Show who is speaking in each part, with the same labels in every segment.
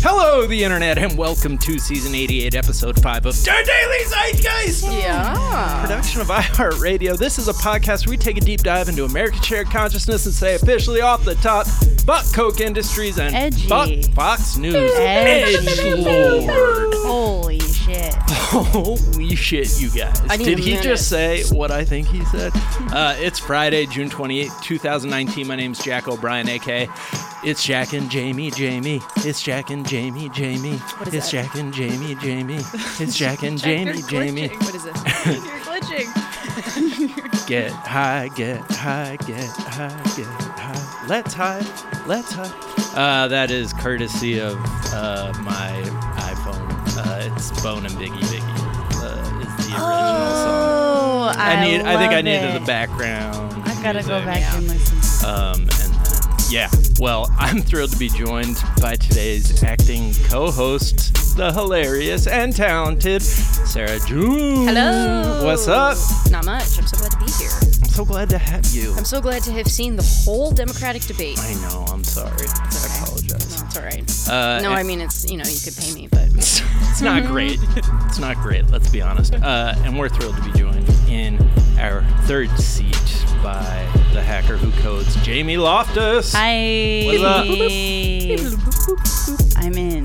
Speaker 1: Hello, the internet, and welcome to season 88, episode 5 of Der Daily Zeitgeist!
Speaker 2: Yeah.
Speaker 1: Production of iHeartRadio. This is a podcast where we take a deep dive into American shared consciousness and say officially off the top, fuck Coke Industries and
Speaker 2: Edgy.
Speaker 1: fuck Fox News.
Speaker 2: Edgy.
Speaker 1: Edgelord.
Speaker 2: Holy shit.
Speaker 1: Holy shit, you guys.
Speaker 2: I need
Speaker 1: Did
Speaker 2: a
Speaker 1: he
Speaker 2: minute.
Speaker 1: just say what I think he said? Uh, it's Friday, June 28, 2019. My name's Jack O'Brien, aka It's Jack and Jamie, Jamie. It's Jack and Jamie, Jamie.
Speaker 2: is
Speaker 1: it's
Speaker 2: that?
Speaker 1: Jack and Jamie, Jamie. It's Jack and Jamie, Jamie.
Speaker 2: What is this? You're glitching.
Speaker 1: Get high, get high, get high, get high. Let's high, let's high. Uh, that is courtesy of uh, my iPhone. Uh, it's Bone and Biggie Biggie. Uh, is the original song.
Speaker 2: Oh, I,
Speaker 1: I need. I think I
Speaker 2: love
Speaker 1: needed
Speaker 2: it.
Speaker 1: the background.
Speaker 2: I've got to go
Speaker 1: music.
Speaker 2: back and listen.
Speaker 1: Um, and then, yeah. Well, I'm thrilled to be joined by today's acting co-host, the hilarious and talented Sarah June. What's up?
Speaker 3: Not much. I'm so glad to be here.
Speaker 1: I'm so glad to have you.
Speaker 3: I'm so glad to have seen the whole Democratic debate.
Speaker 1: I know. I'm sorry. I apologize.
Speaker 3: It's all right.
Speaker 1: Uh,
Speaker 3: No,
Speaker 1: and-
Speaker 3: I mean it's you know you could pay me, but
Speaker 1: it's not great. It's not great, let's be honest. Uh, and we're thrilled to be joined in our third seat by the hacker who codes, Jamie Loftus.
Speaker 2: I. I'm in.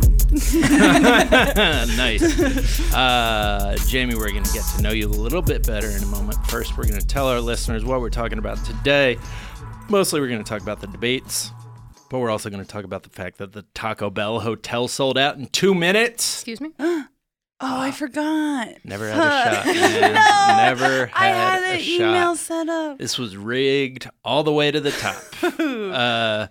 Speaker 1: nice. Uh, Jamie, we're going to get to know you a little bit better in a moment. First, we're going to tell our listeners what we're talking about today. Mostly, we're going to talk about the debates, but we're also going to talk about the fact that the Taco Bell hotel sold out in two minutes.
Speaker 3: excuse me.
Speaker 2: Oh, I forgot.
Speaker 1: Never had a shot. man. Never had,
Speaker 2: I had
Speaker 1: a
Speaker 2: an
Speaker 1: shot.
Speaker 2: email set up.
Speaker 1: This was rigged all the way to the top. uh,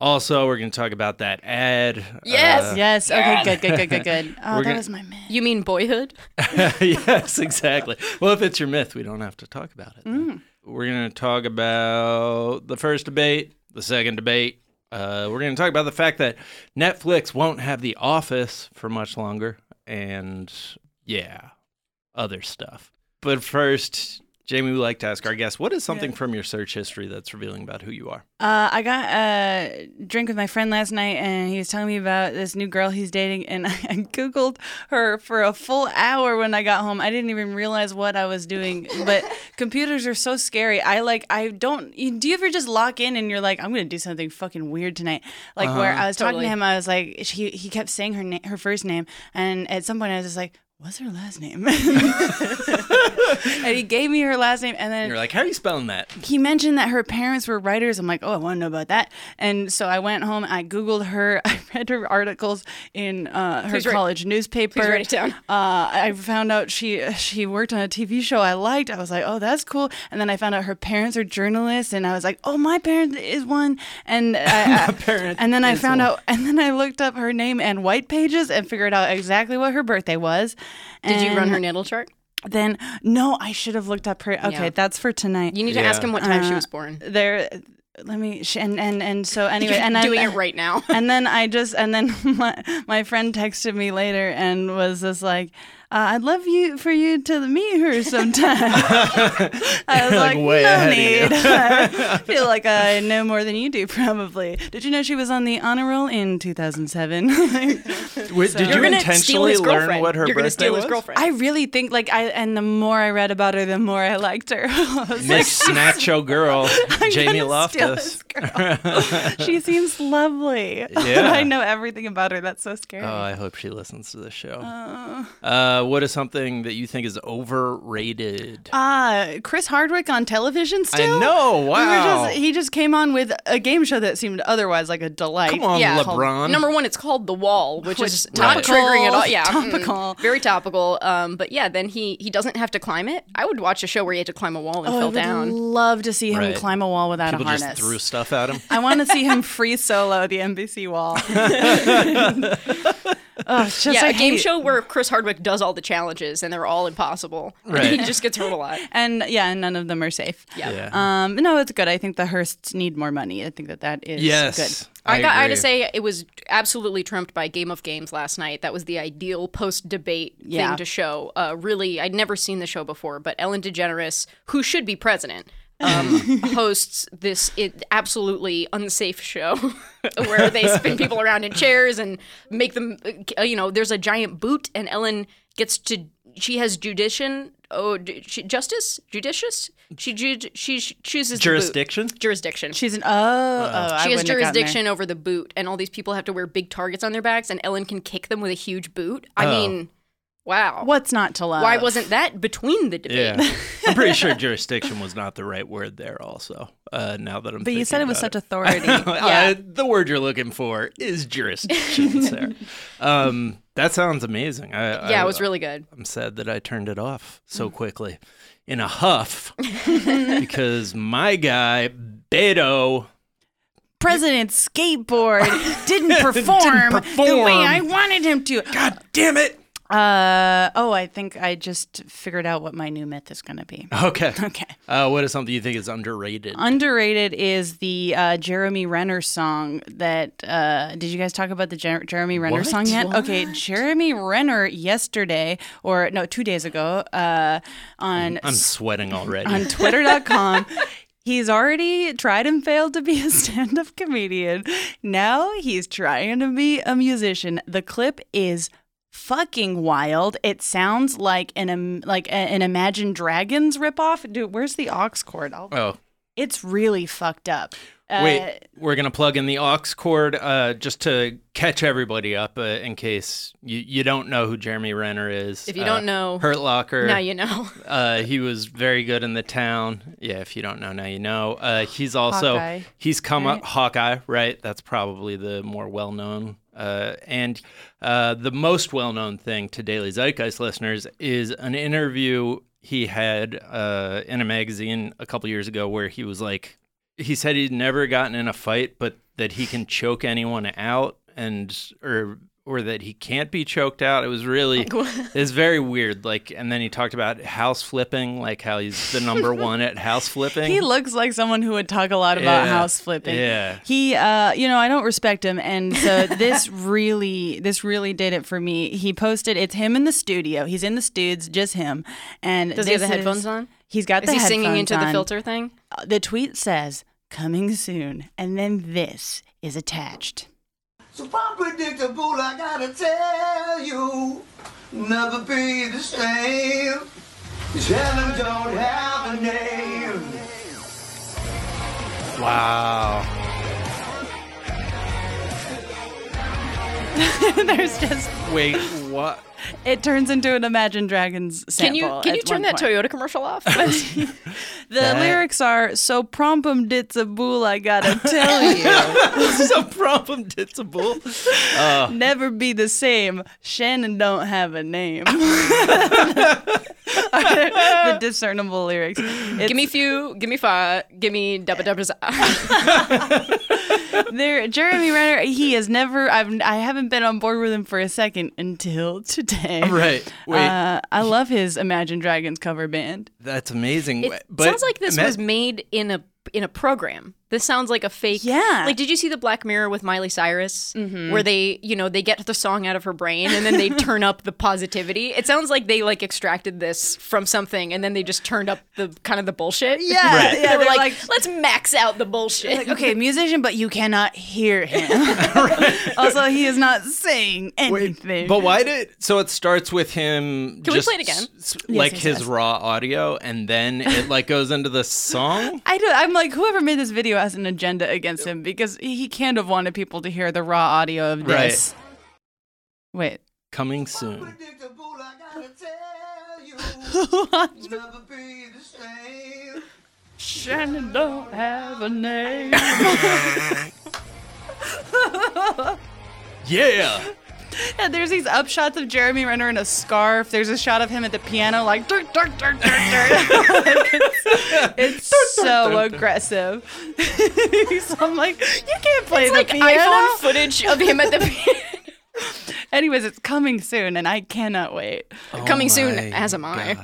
Speaker 1: also, we're going to talk about that ad.
Speaker 3: Yes.
Speaker 1: Uh,
Speaker 2: Yes. Okay. Good. Good. Good. Good. Good. Oh,
Speaker 1: We're
Speaker 2: that
Speaker 1: gonna-
Speaker 2: was my man.
Speaker 3: You mean Boyhood?
Speaker 1: yes, exactly. Well, if it's your myth, we don't have to talk about it.
Speaker 3: Mm.
Speaker 1: then. We're going to talk about the first debate, the second debate. Uh, we're going to talk about the fact that Netflix won't have The Office for much longer, and yeah, other stuff. But first, Jamie, we like to ask our guests what is something from your search history that's revealing about who you are?
Speaker 2: Uh, I got a drink with my friend last night, and he was telling me about this new girl he's dating, and I googled her for a full hour when I got home. I didn't even realize what I was doing, but computers are so scary. I like, I don't. you- Do you ever just lock in and you're like, I'm gonna do something fucking weird tonight? Like where I was talking
Speaker 3: Totally.
Speaker 2: to him, I was like, he he kept saying her na- her first name, and at some point I was just like, what's her last name? and he gave me her last name, and then
Speaker 1: And you're like, how are you spelling that?
Speaker 2: he mentioned that her parents were writers. I'm like, oh, I want to know about that. And so I went home. I googled her. I read her articles in uh, her
Speaker 3: Please write-
Speaker 2: college newspaper.
Speaker 3: please write it down.
Speaker 2: Uh, I found out she she worked on a TV show I liked. I was like, oh, that's cool. And then I found out her parents are journalists, and I was like, oh, my parent is one. And I, I,
Speaker 1: parent
Speaker 2: And then I
Speaker 1: is
Speaker 2: found
Speaker 1: one.
Speaker 2: out. And then I looked up her name and white pages and figured out exactly what her birthday was.
Speaker 3: Did you run
Speaker 2: And
Speaker 3: her natal chart?
Speaker 2: Then no, I should have looked up her. Okay,
Speaker 3: Yeah.
Speaker 2: that's for tonight
Speaker 3: You need to
Speaker 1: Yeah.
Speaker 3: ask him what time she
Speaker 2: Uh,
Speaker 3: was born.
Speaker 2: there let me sh- and and and so anyway
Speaker 3: You're
Speaker 2: and
Speaker 3: doing
Speaker 2: I,
Speaker 3: it right now.
Speaker 2: and then i just and then my, my friend texted me later and was just like uh, i'd love you for you to meet her sometime i was
Speaker 1: Like,
Speaker 2: like,
Speaker 1: way
Speaker 2: no
Speaker 1: ahead of you."
Speaker 2: need i feel like i know more than you do probably did you know she was on the honor roll in 2007
Speaker 1: Wait, did you
Speaker 3: You're gonna steal
Speaker 1: intentionally
Speaker 3: his
Speaker 1: learn
Speaker 3: girlfriend.
Speaker 1: what her
Speaker 3: You're
Speaker 1: birthday
Speaker 3: gonna steal his
Speaker 1: was?
Speaker 3: girlfriend.
Speaker 2: i really think like i and the more i read about her the more i liked her I was like,
Speaker 1: Miss Nacho Girl, Jamie
Speaker 2: gonna steal
Speaker 1: Loftus.
Speaker 2: this girl. she seems lovely.
Speaker 1: Yeah.
Speaker 2: I know everything about her. That's so scary.
Speaker 1: Oh, I hope she listens to this show. Uh, what is something that you think is overrated?
Speaker 2: Ah, Chris Hardwick on television still?
Speaker 1: know,
Speaker 2: We were
Speaker 1: wow.
Speaker 2: just, he just came on with a game show that seemed otherwise like a delight.
Speaker 1: Come on,
Speaker 3: yeah.
Speaker 1: LeBron.
Speaker 3: Number one, it's called The Wall, which, is
Speaker 1: Which-
Speaker 3: not
Speaker 1: Right.
Speaker 3: triggering at all. Yeah, mm,
Speaker 2: Topical.
Speaker 3: very topical. Um, but yeah, then he he doesn't have to climb it. I would watch a show where he had to climb a wall and
Speaker 2: Oh, I
Speaker 3: fell
Speaker 2: would
Speaker 3: down.
Speaker 2: love to see him
Speaker 1: Right.
Speaker 2: climb a wall without
Speaker 1: People
Speaker 2: a harness.
Speaker 1: just threw stuff at him.
Speaker 2: I want to see him free solo the NBC wall. oh, it's just
Speaker 3: yeah,
Speaker 2: I
Speaker 3: a game
Speaker 2: hate-
Speaker 3: show where Chris Hardwick does all the challenges and they're all impossible.
Speaker 1: Right.
Speaker 3: he just gets hurt a lot.
Speaker 2: And yeah, and none of them are safe.
Speaker 3: Yeah.
Speaker 2: Um, no, it's good. I think the Hearsts need more money. I think that that is good.
Speaker 1: yes.
Speaker 3: I, got. I
Speaker 1: agree.
Speaker 3: gotta say, it was absolutely trumped by Game of Games last night. That was the ideal post-debate
Speaker 2: Yeah.
Speaker 3: thing to show. Uh, really, I'd never seen the show before, but Ellen DeGeneres, who should be president, um, hosts this i absolutely unsafe show where they spin people around in chairs and make them, uh, you know, there's a giant boot, and Ellen gets to, she has judiction. Oh, ju- she, justice, judicious. She ju- she sh- chooses the boot.
Speaker 1: Jurisdiction?
Speaker 3: Jurisdiction. She,
Speaker 1: Uh,
Speaker 2: She's an oh, oh I
Speaker 3: has
Speaker 2: wouldn't have gotten there.
Speaker 3: jurisdiction over the boot, and all these people have to wear big targets on their backs, and Ellen can kick them with a huge boot. I
Speaker 1: Oh.
Speaker 3: mean, wow.
Speaker 2: What's not to love?
Speaker 3: Why wasn't that between the debate?
Speaker 1: Yeah, I'm pretty sure jurisdiction was not the right word there. Also, uh, now that I'm
Speaker 2: But you said it with such authority.
Speaker 1: uh, the word you're looking for is jurisdiction, Sarah. Um, that sounds amazing. I,
Speaker 3: Yeah,
Speaker 1: I,
Speaker 3: it was really good.
Speaker 1: I'm sad that I turned it off so quickly in a huff because my guy, Beto,
Speaker 2: President skateboard didn't perform, the
Speaker 1: perform.
Speaker 2: way I wanted him to.
Speaker 1: God damn it.
Speaker 2: Uh oh, I think I just figured out what my new myth is going to be.
Speaker 1: Okay.
Speaker 2: Okay.
Speaker 1: Uh, what is something you think is underrated?
Speaker 2: Underrated is the uh, Jeremy Renner song that. Uh, did you guys talk about the Jer- Jeremy Renner
Speaker 1: What?
Speaker 2: song yet? Okay, Jeremy Renner yesterday, or no, two days ago, uh, on
Speaker 1: I'm sweating already.
Speaker 2: on twitter.com. He's already tried and failed to be a stand up comedian. Now he's trying to be a musician. The clip is fucking wild. It sounds like an um, like a- an Imagine Dragons ripoff. Dude, where's the aux cord? I'll,
Speaker 1: oh,
Speaker 2: it's really fucked up. Uh,
Speaker 1: Wait, we're gonna plug in the aux cord uh, just to catch everybody up uh, in case you, you don't know who Jeremy Renner is.
Speaker 3: If you
Speaker 1: Uh,
Speaker 3: don't know,
Speaker 1: Hurt Locker.
Speaker 3: now you know.
Speaker 1: uh, he was very good in the town. Yeah, if you don't know, now you know. Uh, he's also
Speaker 2: Hawkeye,
Speaker 1: he's come
Speaker 2: right?
Speaker 1: up Hawkeye, right? That's probably the more well known. Uh, and uh, the most well known thing to Daily Zeitgeist listeners is an interview he had uh, in a magazine a couple years ago where he was like, he said he'd never gotten in a fight, but that he can choke anyone out and or or that he can't be choked out. It was really it's very weird. Like and then he talked about house flipping, like how he's the number one at house flipping.
Speaker 2: He looks like someone who would talk a lot about
Speaker 1: Yeah.
Speaker 2: house flipping.
Speaker 1: Yeah.
Speaker 2: He, uh, you know, I don't respect him, and so this really, this really did it for me. He posted it's him in the studio. He's in the studs, just him. And
Speaker 3: Does he have
Speaker 2: this
Speaker 3: the headphones
Speaker 2: is-
Speaker 3: on?
Speaker 2: He's got
Speaker 3: Is
Speaker 2: the
Speaker 3: he
Speaker 2: headphones
Speaker 3: singing into the
Speaker 2: on.
Speaker 3: filter thing?
Speaker 2: Uh, The tweet says coming soon, and then this is attached.
Speaker 4: So unpredictable, I gotta tell you, never be the same. Cause heaven don't have a name.
Speaker 1: wow.
Speaker 2: There's just
Speaker 1: Wait, what?
Speaker 2: it turns into an Imagine Dragons sample.
Speaker 3: Can you can you
Speaker 2: at
Speaker 3: turn
Speaker 2: one
Speaker 3: that
Speaker 2: point.
Speaker 3: Toyota commercial off?
Speaker 2: The lyrics are so um, prompum ditsabul, I gotta tell you.
Speaker 1: this is a problem, Ditzable.
Speaker 2: Never be the same. Shannon don't have a name. the discernible lyrics. It's,
Speaker 3: give me few, give me five, give me dubba dubba za.
Speaker 2: there, Jeremy Renner. He has never. I've. I haven't been on board with him for a second until today.
Speaker 1: Right. Wait,
Speaker 2: Uh, I love his Imagine Dragons cover band.
Speaker 1: that's amazing.
Speaker 3: It
Speaker 1: but
Speaker 3: sounds like this
Speaker 1: ima-
Speaker 3: was made in a in a program. This sounds like a fake.
Speaker 2: Yeah.
Speaker 3: Like, did you see the Black Mirror with Miley Cyrus,
Speaker 1: Mm-hmm.
Speaker 3: where they, you know, they get the song out of her brain and then they turn up the positivity? It sounds like they like extracted this from something and then they just turned up the kind of the bullshit.
Speaker 2: Yeah, Right. yeah,
Speaker 3: they were
Speaker 2: they're
Speaker 3: like,
Speaker 2: like-
Speaker 3: let's max out the bullshit.
Speaker 2: Like, okay, musician, but you cannot hear him. also, he is not saying anything.
Speaker 1: But why did so it starts with him
Speaker 3: Can we
Speaker 1: just
Speaker 3: play it again?
Speaker 1: s- s- like
Speaker 2: yes,
Speaker 1: his
Speaker 2: yes.
Speaker 1: raw audio and then it like goes into the song?
Speaker 2: I do, I'm like, whoever made this video has an agenda against him because he can't have wanted people to hear the raw audio of
Speaker 1: Right.
Speaker 2: this. Wait.
Speaker 1: Coming soon.
Speaker 4: Unpredictable, I gotta tell you, never be the same.
Speaker 2: Shannon don't have a name.
Speaker 1: Yeah.
Speaker 2: yeah, there's these upshots of Jeremy Renner in a scarf. There's a shot of him at the piano, like dirt, dirt, dirt, dirt, dirt. it's it's so aggressive. so I'm like, you can't play the
Speaker 3: like
Speaker 2: piano.
Speaker 3: iPhone footage of him at the piano.
Speaker 2: Anyways, it's coming soon, and I cannot wait.
Speaker 3: Coming soon,
Speaker 1: Oh my
Speaker 3: as am I.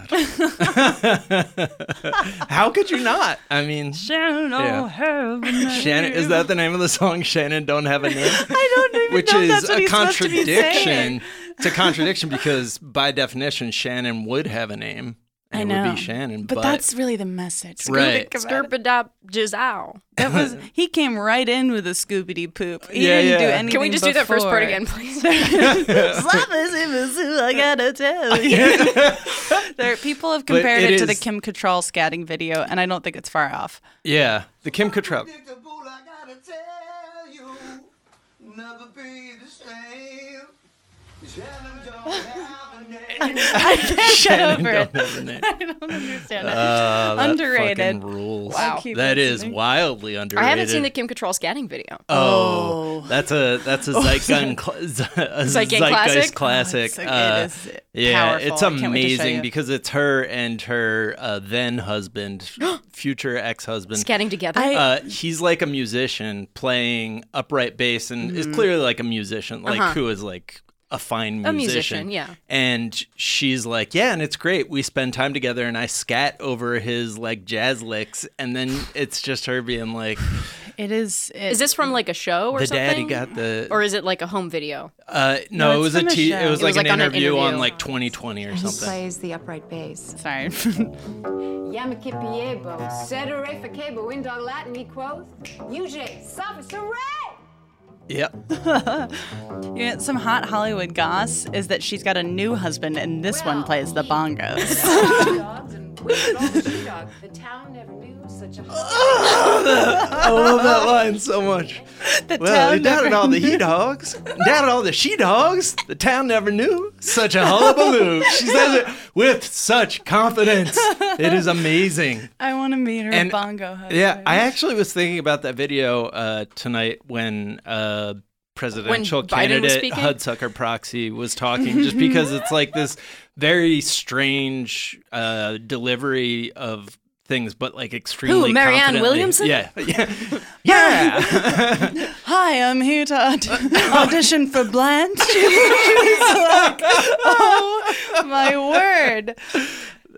Speaker 1: How could you not? I mean,
Speaker 2: Shannon don't
Speaker 1: Yeah.
Speaker 2: have a name.
Speaker 1: Shannon is that the name of the song Shannon don't have a name?
Speaker 2: I don't even
Speaker 1: Which
Speaker 2: know if
Speaker 1: is
Speaker 2: that's what
Speaker 1: a
Speaker 2: he's supposed to be saying.
Speaker 1: contradiction. It's a contradiction because by definition Shannon would have a name I
Speaker 2: know.
Speaker 1: It would be Shannon, but,
Speaker 2: But, that's really the message. when you
Speaker 1: Right.
Speaker 2: think about it.
Speaker 3: Skerpadop Jizow.
Speaker 2: That was he came right in with a Scooby poop. He
Speaker 1: Yeah,
Speaker 2: didn't do
Speaker 1: yeah.
Speaker 2: anything.
Speaker 3: Can we just do that first part again, please?
Speaker 2: Slappas in the zoo, I gotta tell you. there, people have compared
Speaker 1: it
Speaker 2: it, to the
Speaker 1: is-
Speaker 2: Kim Cattrall scatting video, and I don't think it's far off.
Speaker 1: yeah, the Kim Cattrall.
Speaker 4: Predictable, I gotta tell you. Never be the same. Shannon don't have a name.
Speaker 2: I can't get
Speaker 1: Shannon
Speaker 2: over it.
Speaker 1: don't have a name.
Speaker 2: I don't understand it.
Speaker 1: Uh, that
Speaker 2: Underrated.
Speaker 1: fucking rules.
Speaker 2: Wow. I keep
Speaker 1: that is
Speaker 2: listening.
Speaker 1: wildly underrated.
Speaker 3: I haven't seen the Kim Cattrall scatting video.
Speaker 1: Oh, that's a that's a Zeitgeist, cl- z- a
Speaker 3: Zeitgeist
Speaker 1: Zeitgeist
Speaker 3: classic?
Speaker 1: classic.
Speaker 2: Oh, it's- it
Speaker 1: Uh,
Speaker 2: is
Speaker 1: yeah,
Speaker 2: powerful.
Speaker 1: it's
Speaker 2: I can't wait to show
Speaker 1: amazing
Speaker 2: you.
Speaker 1: because it's her and her uh, then husband, future ex husband.
Speaker 3: Scatting together.
Speaker 2: I-
Speaker 1: Uh, he's like a musician playing upright bass and
Speaker 2: Mm-hmm.
Speaker 1: is clearly like a musician, like
Speaker 3: Uh-huh.
Speaker 1: who is like a fine musician.
Speaker 3: A musician, yeah.
Speaker 1: And she's like, yeah, and it's great. We spend time together, and I scat over his like jazz licks, and then it's just her being like,
Speaker 2: It is. It,
Speaker 3: is this from like a show or
Speaker 1: the
Speaker 3: something?
Speaker 1: daddy got the
Speaker 3: or is it like a home video?
Speaker 1: Uh, no,
Speaker 2: No,
Speaker 1: it
Speaker 2: it's
Speaker 1: was a
Speaker 2: from a
Speaker 1: t-
Speaker 2: show.
Speaker 1: it was
Speaker 3: It
Speaker 1: like
Speaker 3: was
Speaker 1: an
Speaker 3: like on an
Speaker 1: interview, on
Speaker 3: interview.
Speaker 1: like 2020 or something.
Speaker 5: plays the upright bass.
Speaker 2: Sorry.
Speaker 5: Yamakipiebo, sedere facebo, in dog Latin equals, UJ, sophis, hooray!
Speaker 1: Yep.
Speaker 2: Yeah, some hot Hollywood goss is that she's got a new husband, and this one plays the bongos.
Speaker 5: Dogs and wicked old shoe dogs. The town never knew such a
Speaker 1: I love that line so much. The well,
Speaker 2: town
Speaker 1: they doubted
Speaker 2: never
Speaker 1: all the he dogs, doubted all the she dogs. The town never knew such a hullabaloo. She says it with such confidence. It is amazing.
Speaker 2: I want to meet her
Speaker 1: And-
Speaker 2: bongo husband.
Speaker 1: Yeah, I actually was thinking about that video uh, tonight when uh, presidential
Speaker 3: Biden was
Speaker 1: candidate
Speaker 3: speaking?
Speaker 1: Hudsucker Proxy was talking, just because it's like this very strange uh, delivery of things, but like extremely.
Speaker 3: Marianne
Speaker 1: confidently.
Speaker 3: Williamson?
Speaker 1: Yeah, yeah, yeah.
Speaker 2: Hi, I'm here to aud- audition for Blanche. She's like, oh my word.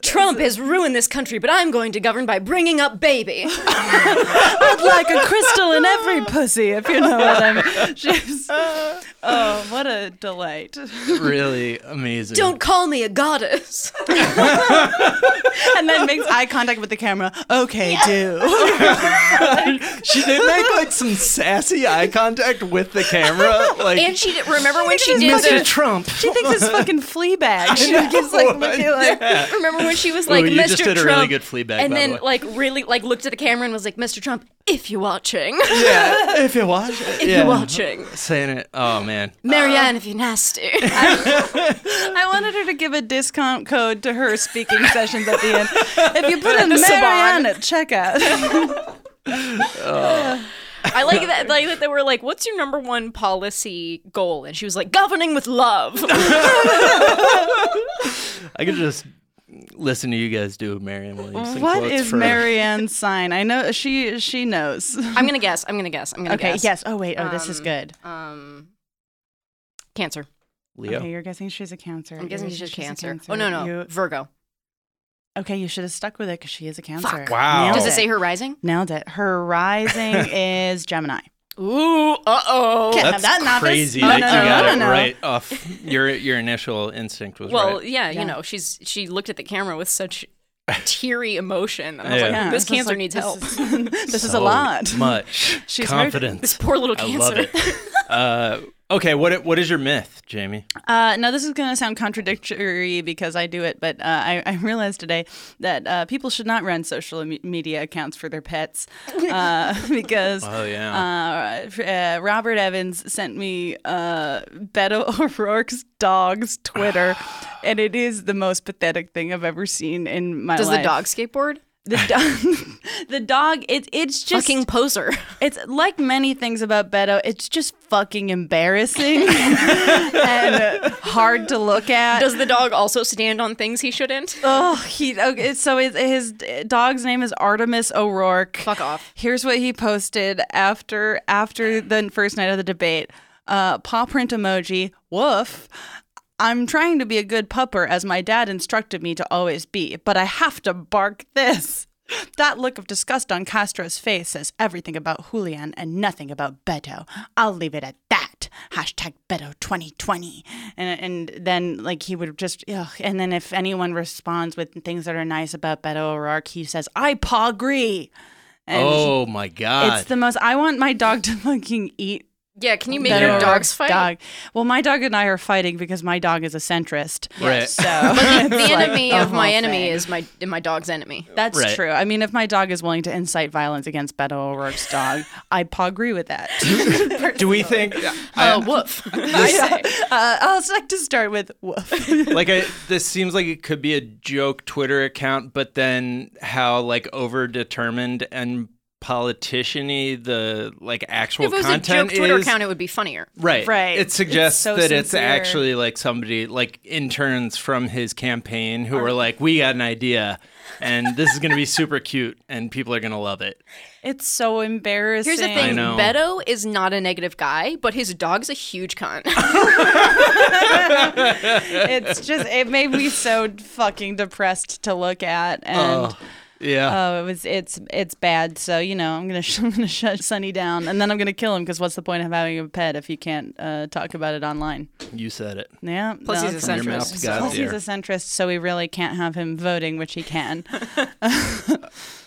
Speaker 3: Trump has ruined this country, but I'm going to govern by bringing up baby.
Speaker 2: I'd like a crystal in every pussy, if you know what I mean. She's, oh, what a delight.
Speaker 1: really amazing.
Speaker 3: Don't call me a goddess.
Speaker 2: And then makes eye contact with the camera. Okay, do.
Speaker 1: she did make like some sassy eye contact with the camera, like
Speaker 3: and she did, remember when she
Speaker 2: She's
Speaker 1: Mr.
Speaker 3: did the,
Speaker 1: Trump.
Speaker 2: She thinks it's fucking flea bag. She gives like, looking like,
Speaker 3: remember when she was like
Speaker 1: Ooh, you
Speaker 3: Mr.
Speaker 1: just did
Speaker 3: Trump
Speaker 1: a really good Fleabag, by
Speaker 3: and
Speaker 1: the
Speaker 3: then
Speaker 1: way.
Speaker 3: like really like looked at the camera and was like Mr. Trump, if you're watching,
Speaker 1: yeah, if you watch, it,
Speaker 3: if
Speaker 1: yeah.
Speaker 3: you're watching,
Speaker 1: saying it. Oh man.
Speaker 3: Marianne, if you're nasty.
Speaker 2: I wanted her to give a discount code to her speaking sessions at the end. If you put in Marianne
Speaker 3: Saban.
Speaker 2: at checkout,
Speaker 3: I like that. Like that they were like, "What's your number one policy goal?" And she was like, "Governing with love."
Speaker 1: I could just listen to you guys do Marion Williamson.
Speaker 2: what
Speaker 1: quotes
Speaker 2: is
Speaker 1: for-
Speaker 2: Marianne's sign? I know she she knows.
Speaker 3: I'm gonna guess. I'm gonna guess. I'm gonna
Speaker 2: Okay.
Speaker 3: guess.
Speaker 2: Yes. Oh wait. Oh, this is good.
Speaker 3: Um, cancer.
Speaker 1: Leo?
Speaker 2: Okay, you're guessing she's a cancer.
Speaker 3: I'm
Speaker 2: You're
Speaker 3: guessing she's just
Speaker 2: a
Speaker 3: cancer. Oh no no
Speaker 2: You-
Speaker 3: Virgo.
Speaker 2: okay, you should have stuck with it because she is a cancer.
Speaker 3: Fuck.
Speaker 1: Wow.
Speaker 2: Nailed
Speaker 3: Does it say her rising?
Speaker 2: Nailed it. Her rising is Gemini.
Speaker 3: Ooh. Uh oh.
Speaker 2: Okay.
Speaker 1: That's
Speaker 2: That- not this-
Speaker 1: crazy
Speaker 2: no,
Speaker 1: that
Speaker 2: no,
Speaker 1: you
Speaker 2: no,
Speaker 1: got
Speaker 2: no,
Speaker 1: it
Speaker 2: no.
Speaker 1: right off. Your your initial instinct was
Speaker 3: Well,
Speaker 1: right.
Speaker 3: yeah,
Speaker 2: Yeah.
Speaker 3: You know, she's she looked at the camera with such teary emotion, and I was
Speaker 1: Yeah.
Speaker 3: like,
Speaker 1: Yeah,
Speaker 3: "This
Speaker 2: it's just
Speaker 3: cancer
Speaker 2: like,
Speaker 3: needs
Speaker 2: this
Speaker 3: help."
Speaker 2: is- this is a
Speaker 1: So
Speaker 2: lot.
Speaker 1: Much
Speaker 2: She's heard-
Speaker 1: confidence.
Speaker 3: This poor little
Speaker 1: I
Speaker 3: cancer.
Speaker 1: love it. Uh, okay, what i- what is your myth, Jamie?
Speaker 2: Uh, now, this is going to sound contradictory because I do it, but uh, I, I realized today that uh, people should not run social me- media accounts for their pets uh, because
Speaker 1: Oh yeah.
Speaker 2: uh, uh, Robert Evans sent me uh, Beto O'Rourke's dog's Twitter, and it is the most pathetic thing I've ever seen in my
Speaker 3: Does
Speaker 2: life.
Speaker 3: the dog skateboard?
Speaker 2: The dog. the dog. It, it's just
Speaker 3: Fucking poser.
Speaker 2: it's like many things about Beto, it's just fucking embarrassing and hard to look at.
Speaker 3: Does the dog also stand on things he shouldn't?
Speaker 2: Oh, he okay. So his, his dog's name is Artemis O'Rourke.
Speaker 3: Fuck off.
Speaker 2: Here's what he posted after after the first night of the debate: uh, paw print emoji, woof. I'm trying to be a good pupper as my dad instructed me to always be, but I have to bark this. That look of disgust on Castro's face says everything about Julian and nothing about Beto. I'll leave it at that. Hashtag Beto 2020. and and then like he would just ugh. and then if anyone responds with things that are nice about Beto O'Rourke, he says I pagree. And
Speaker 1: oh my god!
Speaker 2: it's the most. I want my dog to fucking eat
Speaker 3: Yeah, can you make
Speaker 2: Beto
Speaker 3: your
Speaker 2: O'Rourke's
Speaker 3: dogs fight?
Speaker 2: Dog. Well, my dog and I are fighting because my dog is a centrist.
Speaker 1: Right.
Speaker 2: So the
Speaker 3: The enemy of my enemy is my my dog's enemy.
Speaker 2: That's
Speaker 1: Right.
Speaker 2: true. I mean, if my dog is willing to incite violence against Beto O'Rourke's dog, I paw agree with that.
Speaker 1: Do we think?
Speaker 3: Oh, woof.
Speaker 2: uh, I'll just like to start with woof.
Speaker 1: like I, this seems like it could be a joke Twitter account, but then how like over determined and politician-y the like actual
Speaker 3: if it was a joke
Speaker 1: content
Speaker 3: Twitter
Speaker 1: is.
Speaker 3: account, it would be funnier.
Speaker 1: Right.
Speaker 2: Right.
Speaker 1: It
Speaker 2: It's
Speaker 1: suggests
Speaker 2: so
Speaker 1: that it's
Speaker 2: sincere.
Speaker 1: actually like somebody, like interns from his campaign who are like, we got an idea and this is going to be super cute and people are going to love it.
Speaker 2: It's so embarrassing.
Speaker 3: Here's the
Speaker 1: I
Speaker 3: thing:
Speaker 1: know.
Speaker 3: Beto is not a negative guy, but his dog's a huge cunt.
Speaker 2: It's just it made me so fucking depressed to look at, and oh,
Speaker 1: Yeah.
Speaker 2: it was it's it's bad. So you know, I'm gonna sh- I'm gonna shut Sunny down, and then I'm gonna kill him because what's the point of having a pet if you can't uh, talk about it online?
Speaker 1: you said it.
Speaker 2: Yeah.
Speaker 3: Plus
Speaker 2: no,
Speaker 3: he's a
Speaker 2: that's-
Speaker 1: From your mouth to
Speaker 3: centrist.
Speaker 1: God's
Speaker 2: Plus, he's
Speaker 1: ear.
Speaker 2: a centrist, so we really can't have him voting, which he can.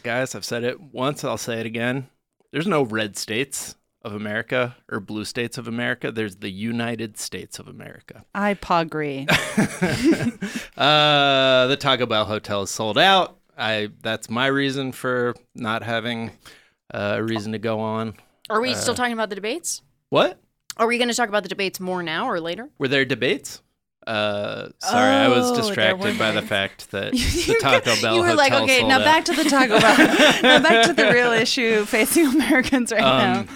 Speaker 1: Guys, I've said it once, I'll say it again. There's no red states of America or blue states of America. There's the United States of America.
Speaker 2: I pagree.
Speaker 1: Uh, the Taco Bell hotel is sold out. I that's my reason for not having uh, a reason to go on.
Speaker 3: Are
Speaker 1: Uh.
Speaker 3: we still talking about the debates?
Speaker 1: What?
Speaker 3: Are we going to talk about the debates more now or later?
Speaker 1: Were there debates? Uh, sorry, I was
Speaker 2: Oh, there
Speaker 1: distracted
Speaker 2: were
Speaker 1: by the
Speaker 2: none.
Speaker 1: fact that the Taco Bell
Speaker 2: you were
Speaker 1: hotel
Speaker 2: like, okay,
Speaker 1: sold
Speaker 2: now
Speaker 1: out.
Speaker 2: back to the Taco Bell. now back to the real issue facing Americans right
Speaker 1: Um,
Speaker 2: now.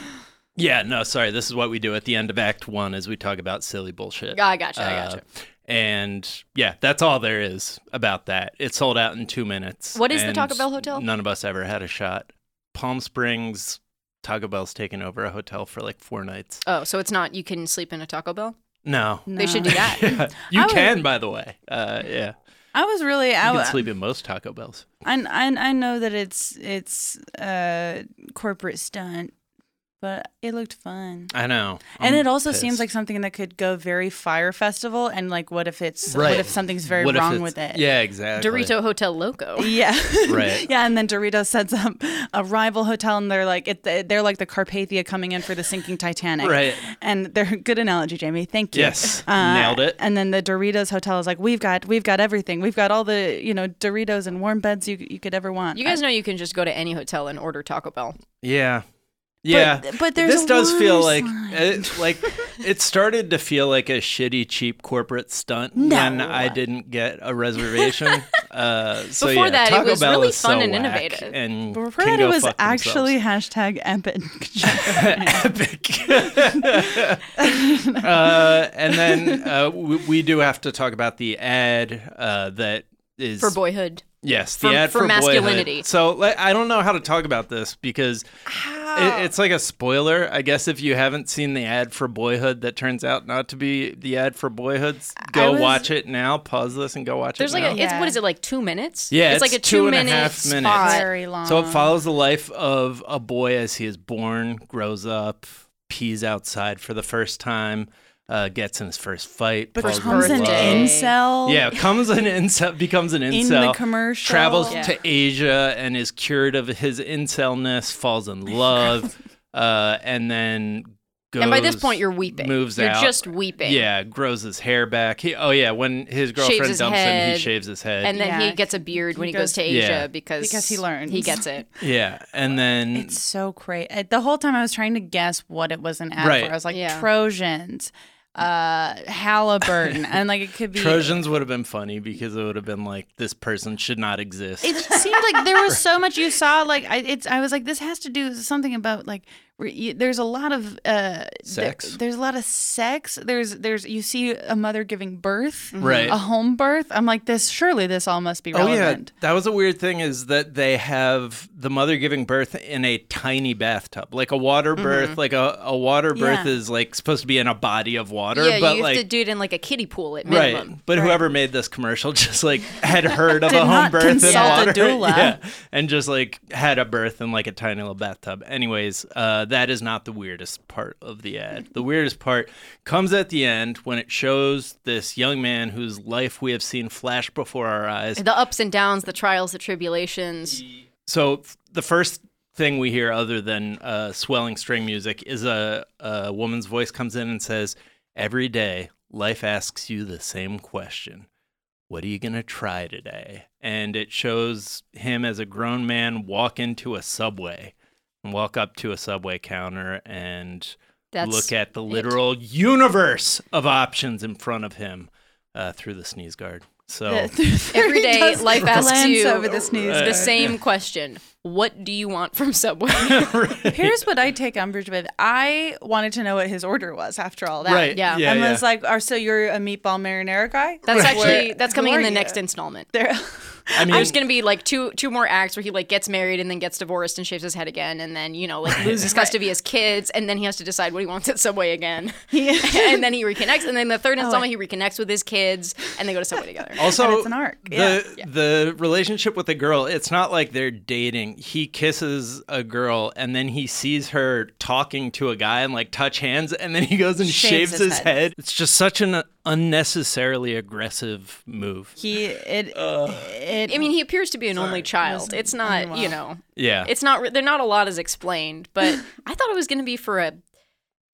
Speaker 1: Yeah, no, sorry. This is what we do at the end of Act One, is we talk about silly bullshit.
Speaker 2: Ah,
Speaker 1: Uh,
Speaker 3: I gotcha, I gotcha.
Speaker 1: And yeah, that's all there is about that. It sold out in two minutes.
Speaker 3: What is the
Speaker 1: and
Speaker 3: Taco Bell hotel?
Speaker 1: None of us ever had a shot. Palm Springs, Taco Bell's taken over a hotel for like four nights.
Speaker 3: Oh, so it's not you can sleep in a Taco Bell?
Speaker 1: No,
Speaker 3: They should do that.
Speaker 1: you
Speaker 2: I would-
Speaker 1: can, by the way. Uh, yeah,
Speaker 2: I was really. I, uh,
Speaker 1: you can
Speaker 2: w-
Speaker 1: sleep in most Taco Bells.
Speaker 2: I, I, I know that it's it's uh, corporate stunt, but it looked fun.
Speaker 1: I know.
Speaker 2: And
Speaker 1: I'm
Speaker 2: it also
Speaker 1: pissed.
Speaker 2: seems like something that could go very fire festival. And like, what if it's
Speaker 1: Right.
Speaker 2: what if something's very
Speaker 1: What if
Speaker 2: wrong
Speaker 1: it's-
Speaker 2: with it?
Speaker 1: Yeah, exactly.
Speaker 3: Dorito Hotel Loco.
Speaker 2: Yeah.
Speaker 1: Right.
Speaker 2: yeah, and then Doritos sets up a rival hotel, and they're like, it, they're like the Carpathia coming in for the sinking Titanic.
Speaker 1: Right.
Speaker 2: And they're good analogy, Jamie. Thank you. Uh,
Speaker 1: Yes. Nailed it.
Speaker 2: And then the Doritos hotel is like, we've got, we've got everything. We've got all the, you know, Doritos and warm beds you you could ever want.
Speaker 3: You guys know you can just go to any hotel and order Taco Bell.
Speaker 1: Yeah. Yeah,
Speaker 2: but there's
Speaker 1: this
Speaker 2: a
Speaker 1: does feel
Speaker 2: worse
Speaker 1: like
Speaker 2: line.
Speaker 1: it, like it started to feel like a shitty, cheap corporate stunt when I didn't get a reservation. Uh, so
Speaker 3: Before
Speaker 1: yeah,
Speaker 3: that, it
Speaker 1: Taco
Speaker 3: was
Speaker 1: Bell
Speaker 3: really
Speaker 1: is
Speaker 3: fun
Speaker 1: so
Speaker 3: and
Speaker 1: whack
Speaker 3: innovative.
Speaker 1: And
Speaker 2: Before
Speaker 1: can
Speaker 2: that,
Speaker 1: go
Speaker 2: it was
Speaker 1: fuck themselves.
Speaker 2: actually hashtag epic.
Speaker 1: uh, and then uh, we, we do have to talk about the ad uh, that is
Speaker 3: For boyhood.
Speaker 1: Yes, the
Speaker 3: For-
Speaker 1: ad
Speaker 3: for
Speaker 1: for, Boyhood.
Speaker 3: masculinity.
Speaker 1: So like, I don't know how to talk about this because it, it's like a spoiler, I guess. If you haven't seen the ad for Boyhood, that turns out not to be the ad for Boyhood. s- Go
Speaker 2: was-
Speaker 1: watch it now. Pause this and go watch
Speaker 3: There's
Speaker 1: it.
Speaker 3: like
Speaker 1: now.
Speaker 3: a, it's, what is it, like two minutes?
Speaker 1: Yeah,
Speaker 3: it's, like a
Speaker 1: it's two and a
Speaker 3: minute
Speaker 1: half
Speaker 3: spot.
Speaker 1: minutes.
Speaker 2: Very long.
Speaker 1: So it follows the life of a boy as he is born, grows up, pees outside for the first time, uh, gets in his first fight, falls
Speaker 2: becomes
Speaker 1: in
Speaker 2: an
Speaker 1: love.
Speaker 3: birthday.
Speaker 2: incel.
Speaker 1: Yeah, comes an incel, becomes an
Speaker 2: In
Speaker 1: incel.
Speaker 2: the commercial.
Speaker 1: Travels
Speaker 2: Yeah.
Speaker 1: to Asia and is cured of his incelness, falls in love, uh, and then goes.
Speaker 3: And by this point, you're weeping.
Speaker 1: Moves
Speaker 3: you're
Speaker 1: out.
Speaker 3: just weeping.
Speaker 1: Yeah, grows his hair back. He, oh yeah, when his
Speaker 3: Shaves
Speaker 1: girlfriend
Speaker 3: his
Speaker 1: dumps him,
Speaker 3: head.
Speaker 1: he shaves his head.
Speaker 3: And then
Speaker 2: Yeah.
Speaker 3: he gets a beard when he
Speaker 2: goes-
Speaker 3: goes, to Asia
Speaker 1: Yeah.
Speaker 3: because
Speaker 2: Because he learns.
Speaker 3: He gets it.
Speaker 1: yeah, and then
Speaker 2: It's so great. Uh, The whole time I was trying to guess what it was an ad
Speaker 1: Right.
Speaker 2: for. I was like
Speaker 3: Yeah.
Speaker 2: Trojans, uh, Halliburton, and like it could be.
Speaker 1: Trojans would have been funny because it would have been like this person should not exist.
Speaker 2: It seemed like there was so much you saw. Like I, it's. I was like, this has to do something about like. re- you- There's a lot of uh, th-
Speaker 1: Sex.
Speaker 2: there's a lot of sex. There's there's you see a mother giving birth,
Speaker 3: Mm-hmm.
Speaker 1: Right. Oh,
Speaker 2: A home birth. I'm like this. Surely this all must be relevant.
Speaker 1: that was a weird thing is that they have the mother giving birth in a tiny bathtub, like a water birth. Like a, a water birth
Speaker 2: Yeah.
Speaker 1: is like supposed to be in a body of water,
Speaker 3: yeah,
Speaker 1: but
Speaker 3: you
Speaker 1: like
Speaker 3: have to do it in like a kiddie pool at
Speaker 1: right.
Speaker 3: minimum.
Speaker 1: But whoever made this commercial just like had heard of
Speaker 2: Did
Speaker 1: a home
Speaker 2: not
Speaker 1: birth in
Speaker 2: consult a
Speaker 1: water,
Speaker 2: doula.
Speaker 1: yeah, and just like had a birth in like a tiny little bathtub. Anyways, uh, that is not the weirdest part of the ad. The weirdest part comes at the end when it shows this young man whose life we have seen flash before our eyes.
Speaker 3: The ups and downs, the trials, the tribulations.
Speaker 1: So f- the first thing we hear, other than uh, swelling string music, is a, a woman's voice comes in and says, "Every day, life asks you the same question: What are you gonna try today?" And it shows him as a grown man walk into a subway and walk up to a subway counter and
Speaker 3: That's
Speaker 1: look at the literal universe of options in front of him uh, through the sneeze guard. So.
Speaker 3: Every day, life asks
Speaker 2: glance
Speaker 3: you
Speaker 2: over the sneeze
Speaker 3: the
Speaker 2: guard.
Speaker 3: same question: What do you want from Subway?
Speaker 2: Here's what I take umbrage with. I wanted to know what his order was after all that.
Speaker 1: Right.
Speaker 3: yeah.
Speaker 1: Yeah.
Speaker 2: and was like, "Are so you're a meatball marinara guy?"
Speaker 3: That's actually
Speaker 2: Where-
Speaker 3: that's
Speaker 2: who
Speaker 3: coming in
Speaker 2: are
Speaker 3: the
Speaker 2: you?
Speaker 3: next installment.
Speaker 2: There.
Speaker 1: I mean,
Speaker 3: There's gonna be like two two more acts where he like gets married and then gets divorced and shaves his head again and then you know like loses custody of his kids and then he has to decide what he wants at Subway again and then he reconnects and then the third installment he reconnects with his kids and they go to Subway together.
Speaker 1: also
Speaker 2: And it's an arc,
Speaker 1: The
Speaker 2: yeah.
Speaker 1: the relationship with the girl, it's not like they're dating. He kisses a girl and then he sees her talking to a guy and like touch hands and then he goes and shaves,
Speaker 2: Shaves
Speaker 1: his,
Speaker 2: his
Speaker 1: head. It's just such an unnecessarily aggressive move.
Speaker 2: he it, it
Speaker 3: I mean he appears to be an only child. It's not you know
Speaker 1: Yeah.
Speaker 3: it's not re- they're not a lot as explained but I thought it was gonna be for a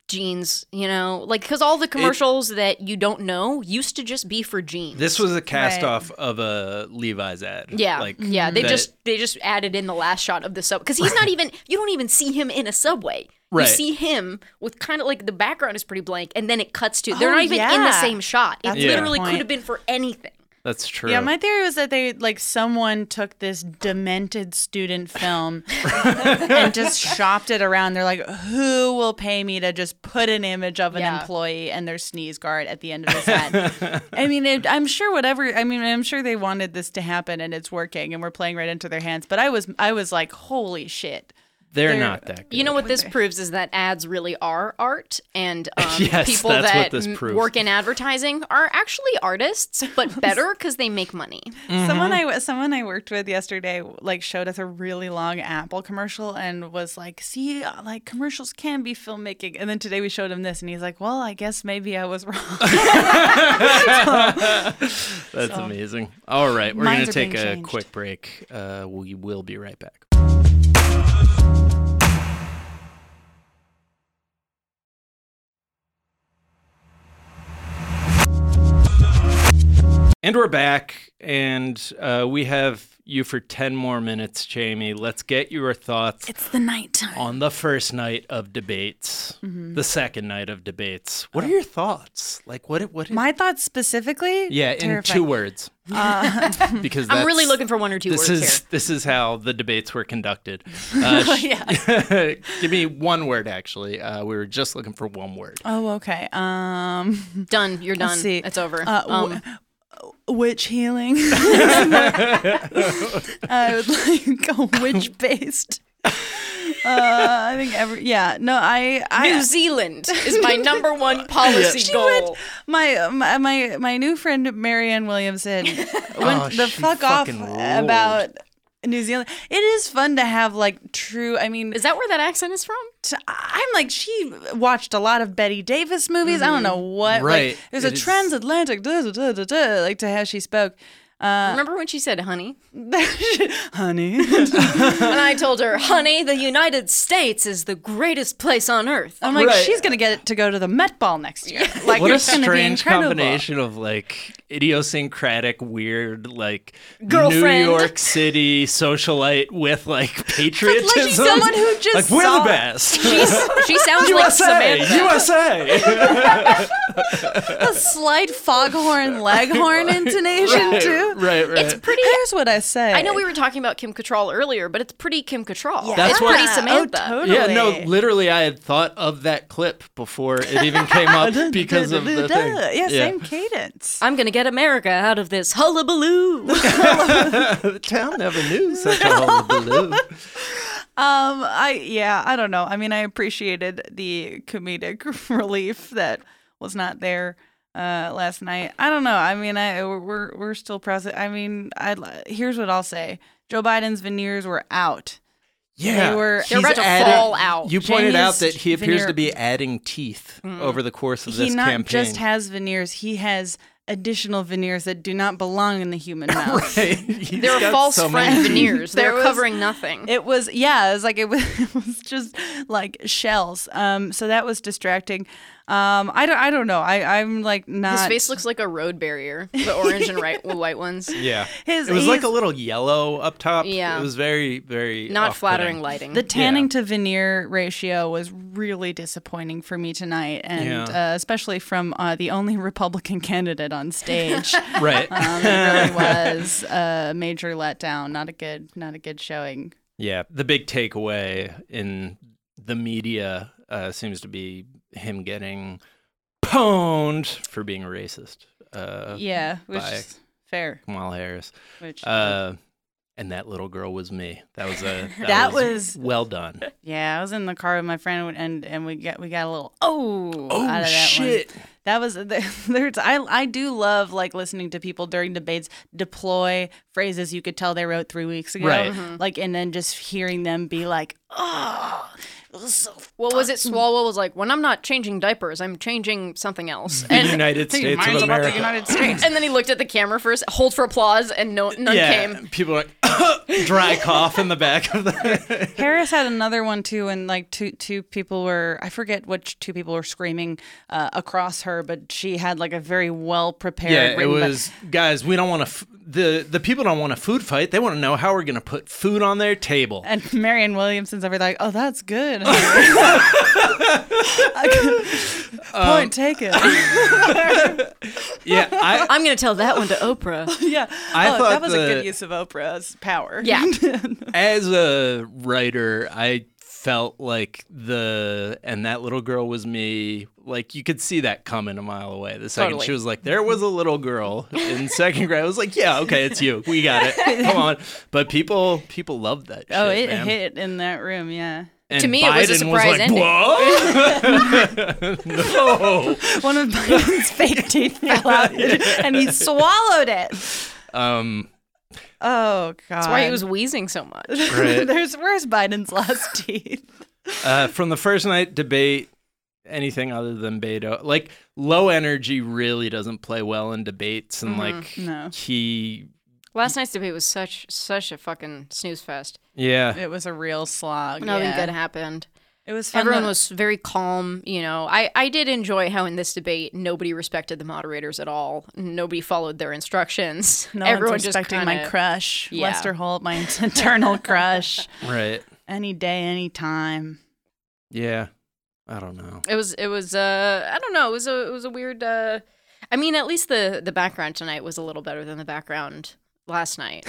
Speaker 3: jeans you know like because all the commercials that you don't know used to just be for jeans.
Speaker 1: this was a cast
Speaker 2: Right.
Speaker 1: off of a Levi's ad.
Speaker 3: Yeah,
Speaker 1: Like
Speaker 3: yeah. They
Speaker 1: that-
Speaker 3: just they just added in the last shot of the sub because he's not even. You don't even see him in a subway.
Speaker 1: Right.
Speaker 3: You see him with kind of like the background is pretty blank, and then it cuts to. They're
Speaker 2: Oh,
Speaker 3: not even in the
Speaker 2: yeah.
Speaker 3: same shot. It
Speaker 2: That's
Speaker 1: a good
Speaker 3: literally
Speaker 2: point.
Speaker 3: could have been for anything.
Speaker 1: that's true.
Speaker 2: Yeah, my theory was that they like someone took this demented student film and just shopped it around. They're like, who will pay me to just put an image of an
Speaker 3: Yeah.
Speaker 2: employee and their sneeze guard at the end of his head? I mean, it, I'm sure whatever. I mean, I'm sure they wanted this to happen, and it's working, and we're playing right into their hands. But I was, I was like, holy shit.
Speaker 1: they're,
Speaker 2: they're-
Speaker 1: not that good.
Speaker 3: You know what this proves is that ads really are art, and um,
Speaker 1: Yes,
Speaker 3: people
Speaker 1: that's
Speaker 3: that
Speaker 1: what this
Speaker 3: m-
Speaker 1: proves.
Speaker 3: work in advertising are actually artists, but better because they make money.
Speaker 1: Mm-hmm.
Speaker 2: Someone I someone I worked with yesterday like showed us a really long Apple commercial and was like, "See, uh, like commercials can be filmmaking." And then today we showed him this, and he's like, "Well, I guess maybe I was wrong."
Speaker 1: That's amazing. All right, we're
Speaker 2: Minds
Speaker 1: gonna
Speaker 2: are
Speaker 1: take a
Speaker 2: being changed.
Speaker 1: quick break. Uh, we will be right back. And we're back, and uh, we have you for 10 more minutes, Jamie. Let's get your thoughts
Speaker 2: it's the nighttime.
Speaker 1: on the first night of debates,
Speaker 2: Mm-hmm.
Speaker 1: the second night of debates.
Speaker 2: Oh.
Speaker 1: What are your thoughts? Like, what, what,
Speaker 2: My thoughts specifically.
Speaker 1: yeah,
Speaker 2: terrifying. Uh,
Speaker 1: in two words. because
Speaker 3: I'm really
Speaker 1: that's-
Speaker 3: looking for one or two
Speaker 1: This
Speaker 3: words
Speaker 1: is
Speaker 3: here.
Speaker 1: this is how the debates were conducted.
Speaker 2: Oh,
Speaker 1: Uh, sh- give me one word. Actually, uh, we were just looking for one word.
Speaker 2: Oh, okay. Um,
Speaker 3: Done. You're done.
Speaker 2: let's see.
Speaker 3: It's over.
Speaker 2: Uh,
Speaker 3: um,
Speaker 2: wh- witch healing. I would like a witch based. Uh, I think every yeah no I I
Speaker 3: New Zealand is my number one policy
Speaker 2: She
Speaker 3: goal.
Speaker 2: went- my my my my new friend Marianne Williamson went
Speaker 1: Oh,
Speaker 2: the
Speaker 1: she
Speaker 2: fuck off
Speaker 1: fucking ruled.
Speaker 2: about New Zealand. It is fun to have like true. I mean,
Speaker 3: Is that where that accent is from?
Speaker 2: t- I'm like she watched a lot of Betty Davis movies. I don't know what.
Speaker 1: Mm-hmm. Right.
Speaker 2: Like, there's
Speaker 1: It
Speaker 2: a
Speaker 1: is-
Speaker 2: transatlantic da, da, da, da, da, like to how she spoke.
Speaker 3: Remember when she said honey?
Speaker 2: Honey,
Speaker 3: And I told her, honey, the United States is the greatest place on earth.
Speaker 2: I'm like
Speaker 1: Right.
Speaker 2: she's gonna get to go to the Met Ball next year. Like
Speaker 1: what a
Speaker 2: it's gonna be
Speaker 1: strange
Speaker 2: incredible.
Speaker 1: combination of like idiosyncratic, weird, like
Speaker 3: Girlfriend.
Speaker 1: New York City socialite with like patriotism.
Speaker 2: someone who just
Speaker 1: like we're
Speaker 2: saw-
Speaker 1: the best.
Speaker 3: she sounds like
Speaker 1: USA,
Speaker 3: Samantha.
Speaker 1: USA.
Speaker 2: A slight foghorn leghorn intonation too.
Speaker 1: right, right.
Speaker 3: It's pretty.
Speaker 2: Here's what I say.
Speaker 3: I know we were talking about Kim Cattrall earlier, but it's pretty Kim Cattrall.
Speaker 1: That's
Speaker 3: it's
Speaker 1: what-
Speaker 3: pretty
Speaker 2: Oh,
Speaker 3: Samantha.
Speaker 2: totally.
Speaker 1: yeah, no, literally, I had thought of that clip before it even came up because of the thing.
Speaker 2: Yeah, same cadence.
Speaker 3: I'm gonna get America out of this hullabaloo.
Speaker 1: The town never knew such a hullabaloo.
Speaker 2: Um, I yeah, I don't know. I mean, I appreciated the comedic relief that was not there uh, last night. I don't know. I mean, I we're we're still process. I mean, I here's what I'll say: Joe Biden's veneers were out.
Speaker 1: Yeah,
Speaker 2: They were-
Speaker 3: They're
Speaker 1: He's
Speaker 3: about to
Speaker 1: added-
Speaker 3: fall out.
Speaker 1: You pointed
Speaker 2: Jamie's
Speaker 1: out that he appears
Speaker 2: veneer- Mm.
Speaker 1: to be adding teeth over the course of
Speaker 2: he
Speaker 1: this
Speaker 2: not
Speaker 1: campaign.
Speaker 2: just has veneers, he has additional veneers that do not belong in the human mouth.
Speaker 3: They're false
Speaker 1: so many
Speaker 3: friend veneers.
Speaker 2: There
Speaker 3: They're
Speaker 2: was-
Speaker 3: covering nothing.
Speaker 2: It was yeah, it was like it was, it was just like shells. Um, so that was distracting. Um, I don't I don't know. I I'm like not
Speaker 3: His face looks like a road barrier. The orange and right, white ones.
Speaker 1: Yeah,
Speaker 2: His-
Speaker 1: it was like
Speaker 2: he's-
Speaker 1: a little yellow up top.
Speaker 3: Yeah.
Speaker 1: it was very, very
Speaker 3: Not
Speaker 1: off-putting.
Speaker 3: flattering lighting.
Speaker 2: The tanning to veneer ratio was really disappointing for me tonight, and
Speaker 1: Yeah.
Speaker 2: uh, especially from uh, the only Republican candidate on stage. um,
Speaker 1: Right.
Speaker 2: it really was a major letdown. Not a good, not a good showing.
Speaker 1: yeah, the big takeaway in the media uh, seems to be him getting pwned for being a racist. Uh,
Speaker 2: yeah, which
Speaker 1: bye.
Speaker 2: is fair.
Speaker 1: Kamala Harris.
Speaker 2: Which
Speaker 1: Uh, and that little girl was me. That was a that,
Speaker 2: That was-
Speaker 1: was, well done.
Speaker 2: yeah, I was in the car with my friend, and and we got we got a little oh, out of that One. That was there's I I do love like listening to people during debates deploy phrases you could tell they wrote three weeks ago,
Speaker 1: Right.
Speaker 2: like and then just hearing them be like, oh,
Speaker 3: What was it? Swalwell was like, when I'm not changing diapers, I'm changing something else.
Speaker 1: The
Speaker 3: And,
Speaker 1: United States of
Speaker 2: about the
Speaker 1: America.
Speaker 2: United States.
Speaker 3: and then he looked at the camera first, hold for applause, and no, none
Speaker 1: yeah,
Speaker 3: came.
Speaker 1: people are like dry cough in the back of the.
Speaker 2: Harris had another one too, and like two two people were I forget which two people were screaming uh, across her, but she had like a very well prepared.
Speaker 1: yeah, it was guys. We don't want to. F- the the people don't want a food fight. They want to know how we're gonna put food on their table.
Speaker 2: And Marianne Williamson's over there like, oh, that's good.
Speaker 1: Um,
Speaker 2: Point taken.
Speaker 1: yeah, I
Speaker 3: I'm going to tell that one to Oprah.
Speaker 2: yeah.
Speaker 1: I
Speaker 2: oh, that
Speaker 1: thought
Speaker 2: was a
Speaker 1: the-
Speaker 2: good use of Oprah's power.
Speaker 3: Yeah.
Speaker 1: as a writer, I felt like the and that little girl was me. Like you could see that coming a mile away. The second
Speaker 3: Totally.
Speaker 1: she was like, "There was a little girl in second grade," I was like, "Yeah, okay, it's you. We got it. Come on." But people, people loved that.
Speaker 2: oh,
Speaker 1: shit,
Speaker 2: it
Speaker 1: man.
Speaker 2: hit in that room. Yeah.
Speaker 1: And
Speaker 3: To me, it was a
Speaker 1: Biden
Speaker 3: surprise
Speaker 1: like,
Speaker 3: ending.
Speaker 1: "Whoa!"
Speaker 2: One of Biden's fake teeth fell out and he swallowed it.
Speaker 1: no. Um.
Speaker 2: Oh, God.
Speaker 3: That's why he was wheezing so much.
Speaker 1: Right.
Speaker 2: There's where's Biden's last teeth?
Speaker 1: Uh, from the first night debate, anything other than Beto, like low energy really doesn't play well in debates, and
Speaker 3: Mm-hmm.
Speaker 1: like
Speaker 2: No.
Speaker 1: he,
Speaker 3: Last night's debate was such such a fucking snooze fest.
Speaker 1: yeah,
Speaker 2: It was a real slog.
Speaker 3: Nothing
Speaker 2: yeah.
Speaker 3: good happened.
Speaker 2: It was fun.
Speaker 3: Everyone
Speaker 2: to-
Speaker 3: was very calm. You know, I, I did enjoy how in this debate nobody respected the moderators at all. Nobody followed their instructions.
Speaker 2: no
Speaker 3: Everyone
Speaker 2: one's respecting
Speaker 3: just kinda,
Speaker 2: my crush,
Speaker 3: Yeah.
Speaker 2: Lester Holt, my eternal crush.
Speaker 1: right,
Speaker 2: Any day, any time.
Speaker 1: yeah. I don't know.
Speaker 3: It was it was uh I don't know it was a it was a weird. Uh, I mean, at least the the background tonight was a little better than the background last night.